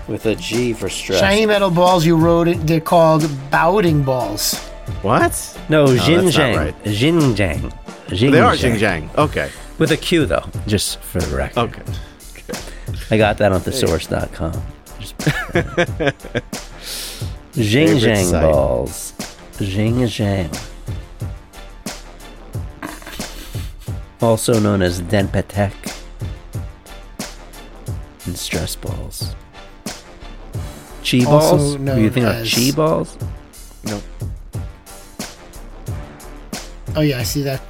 S2: With a G for stress.
S3: Shiny metal balls. You wrote it. They're called bowding balls.
S4: What?
S2: No, Jin
S4: that's not
S2: jang.
S4: right.
S2: Jin jang. Jin
S4: They are Xing Zhang. Okay.
S2: With a Q though, just for the record.
S4: Okay.
S2: I got that on thesaurus.com. Jing
S4: Favorite
S2: Jang
S4: site.
S2: balls. Jing Jang. Also known as Denpatek. And stress balls. Chi
S3: Also
S2: balls? Were you
S3: known
S2: think of
S3: as-
S2: chi balls?
S3: Oh yeah, I see that.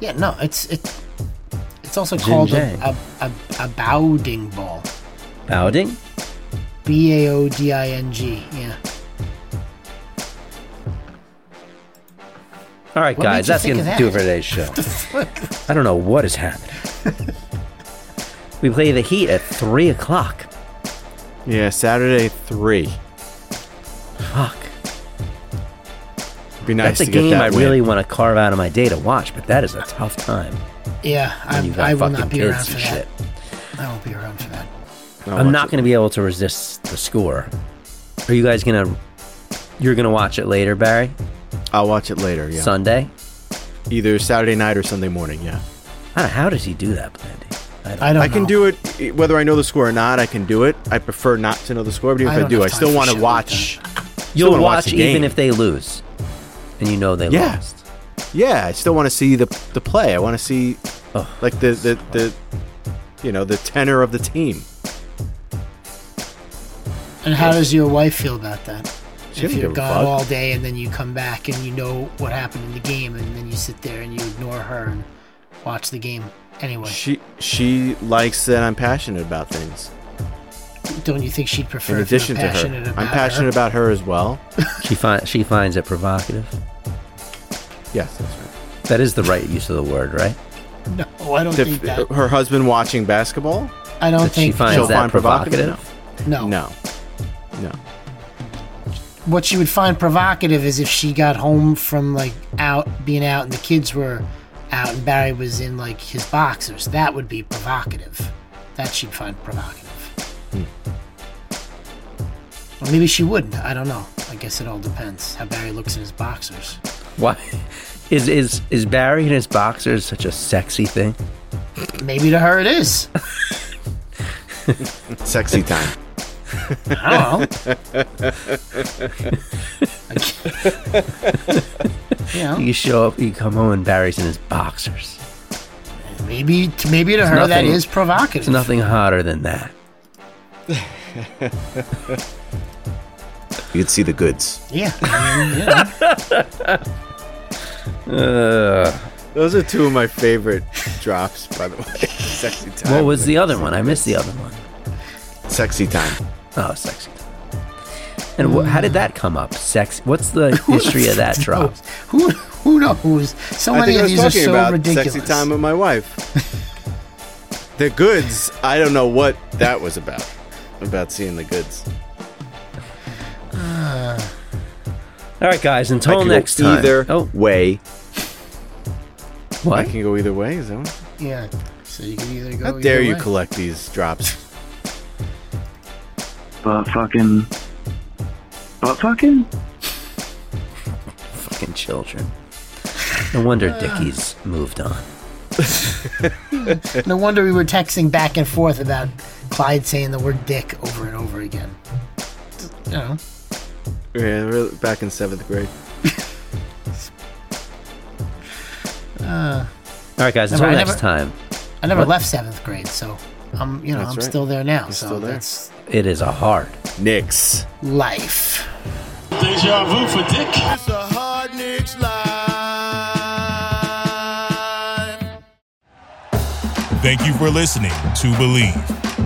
S3: Yeah, no, it's it. It's also called
S2: Jing
S3: a, a, a, a bowding ball.
S2: Bowding?
S3: B a o d i n g. Yeah.
S2: All right,
S3: What made
S2: guys,
S3: you
S2: that's
S3: think
S2: going
S3: of
S2: to
S3: that?
S2: do it for today's show. I don't know what is happening. we play the Heat at 3 o'clock.
S4: Yeah, Saturday three.
S2: Fuck.
S4: Be nice
S2: That's a
S4: to get
S2: game
S4: that
S2: I
S4: win.
S2: really want to carve out of my day to watch, but that is a tough time.
S3: Yeah,
S2: When
S3: I,
S2: you got
S3: I will
S2: fucking
S3: not be around
S2: kids
S3: for
S2: and
S3: that.
S2: shit.
S3: I won't be around for that.
S4: No,
S2: I'm
S4: watch
S2: not
S4: it.
S2: going to be able to resist the score. Are you guys going to? You're going to watch it later, Barry.
S4: I'll watch it later. Yeah,
S2: Sunday.
S4: either Saturday night or Sunday morning. Yeah,
S2: I don't, how does he do that, Blandy? I don't,
S3: I don't.
S4: I can
S3: know.
S4: do it e, whether I know the score or not. I can do it. I prefer not to know the score, but even
S3: I
S4: if I
S3: don't
S4: do, I
S3: have time
S4: still
S3: for
S4: want to
S3: shit like
S4: watch.
S2: You'll
S4: wanna watch
S2: watch,
S4: the
S2: even
S4: game.
S2: if they lose, and you know they
S4: Yeah.
S2: lost.
S4: Yeah, I still want to see the the play. I want to see
S2: Ugh.
S4: like the, the the you know the tenor of the team.
S3: And how does your wife feel about that?
S4: She
S3: if
S4: doesn't
S3: you're
S4: give a
S3: gone
S4: fuck.
S3: all day and then you come back and you know what happened in the game and then you sit there and you ignore her and watch the game anyway,
S4: She she likes that I'm passionate about things.
S3: don't you think she'd prefer?
S4: in
S3: if you're
S4: addition to her,
S3: passionate about
S4: I'm passionate
S3: her?
S4: about her as well.
S2: She finds she finds it provocative.
S4: yes, that's right.
S2: That is the right use of the word, right?
S3: No, I don't
S4: If
S3: think that.
S4: her husband watching basketball,
S3: I don't
S2: That she
S3: think
S2: finds
S4: She'll
S2: that
S4: find provocative?
S2: provocative.
S3: No.
S4: No. No.
S3: What she would find provocative is if she got home from like out being out and the kids were out and Barry was in like his boxers. That would be provocative. That she'd find provocative. Hmm. Or maybe she wouldn't. I don't know. I guess it all depends how Barry looks in his boxers.
S2: Why is is is Barry in his boxers such a sexy thing?
S3: Maybe to her it is.
S4: Sexy time.
S3: I don't know. you know,
S2: You show up, you come home, and Barry's in his boxers.
S3: maybe maybe to her that
S2: nothing-
S3: is provocative.
S2: It's nothing hotter than that.
S4: You could see the goods.
S3: Yeah. I mean, you know.
S4: Those are two of my favorite drops, by the way. Sexy time.
S2: What was the other one? I missed the other one.
S4: Sexy time.
S2: Oh, sexy. And wh- how did that come up? Sex. What's the history of that drop?
S3: Who who knows? So
S4: Oh. I
S3: many
S4: think
S3: of
S4: I was
S3: these are
S4: talking
S3: so
S4: about
S3: ridiculous.
S4: sexy time with my wife. the goods. I don't know what that was about. About seeing the goods.
S2: All right, guys. Until
S4: I can
S2: next
S4: go
S2: time.
S4: Either
S2: oh,
S4: way, I
S2: what?
S4: can go either way. Is that one?
S3: Yeah. So you can either go.
S4: How
S3: either
S4: dare you
S3: way.
S4: collect these drops?
S8: But fucking. But fucking?
S2: Fucking children. No wonder Dickie's moved on.
S3: No wonder we were texting back and forth about Clyde saying the word "dick" over and over again. You know,
S4: Yeah, we're back in seventh grade.
S2: All right, guys.
S3: Never-
S2: Until
S3: I
S2: next
S3: never-
S2: time.
S3: I never
S2: What?
S3: left seventh grade, so I'm you know
S4: That's
S3: I'm
S4: right.
S3: still there now.
S4: You're
S3: so
S4: still there.
S3: that's
S2: It is a hard.
S4: Knicks.
S3: life.
S9: Deja vu for Dick.
S5: It's a hard Knicks life.
S1: Thank you for listening to Believe.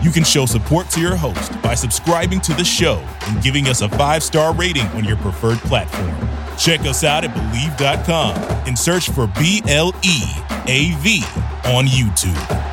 S1: You can show support to your host by subscribing to the show and giving us a five star rating on your preferred platform. Check us out at Believe.com and search for B L E A V on YouTube.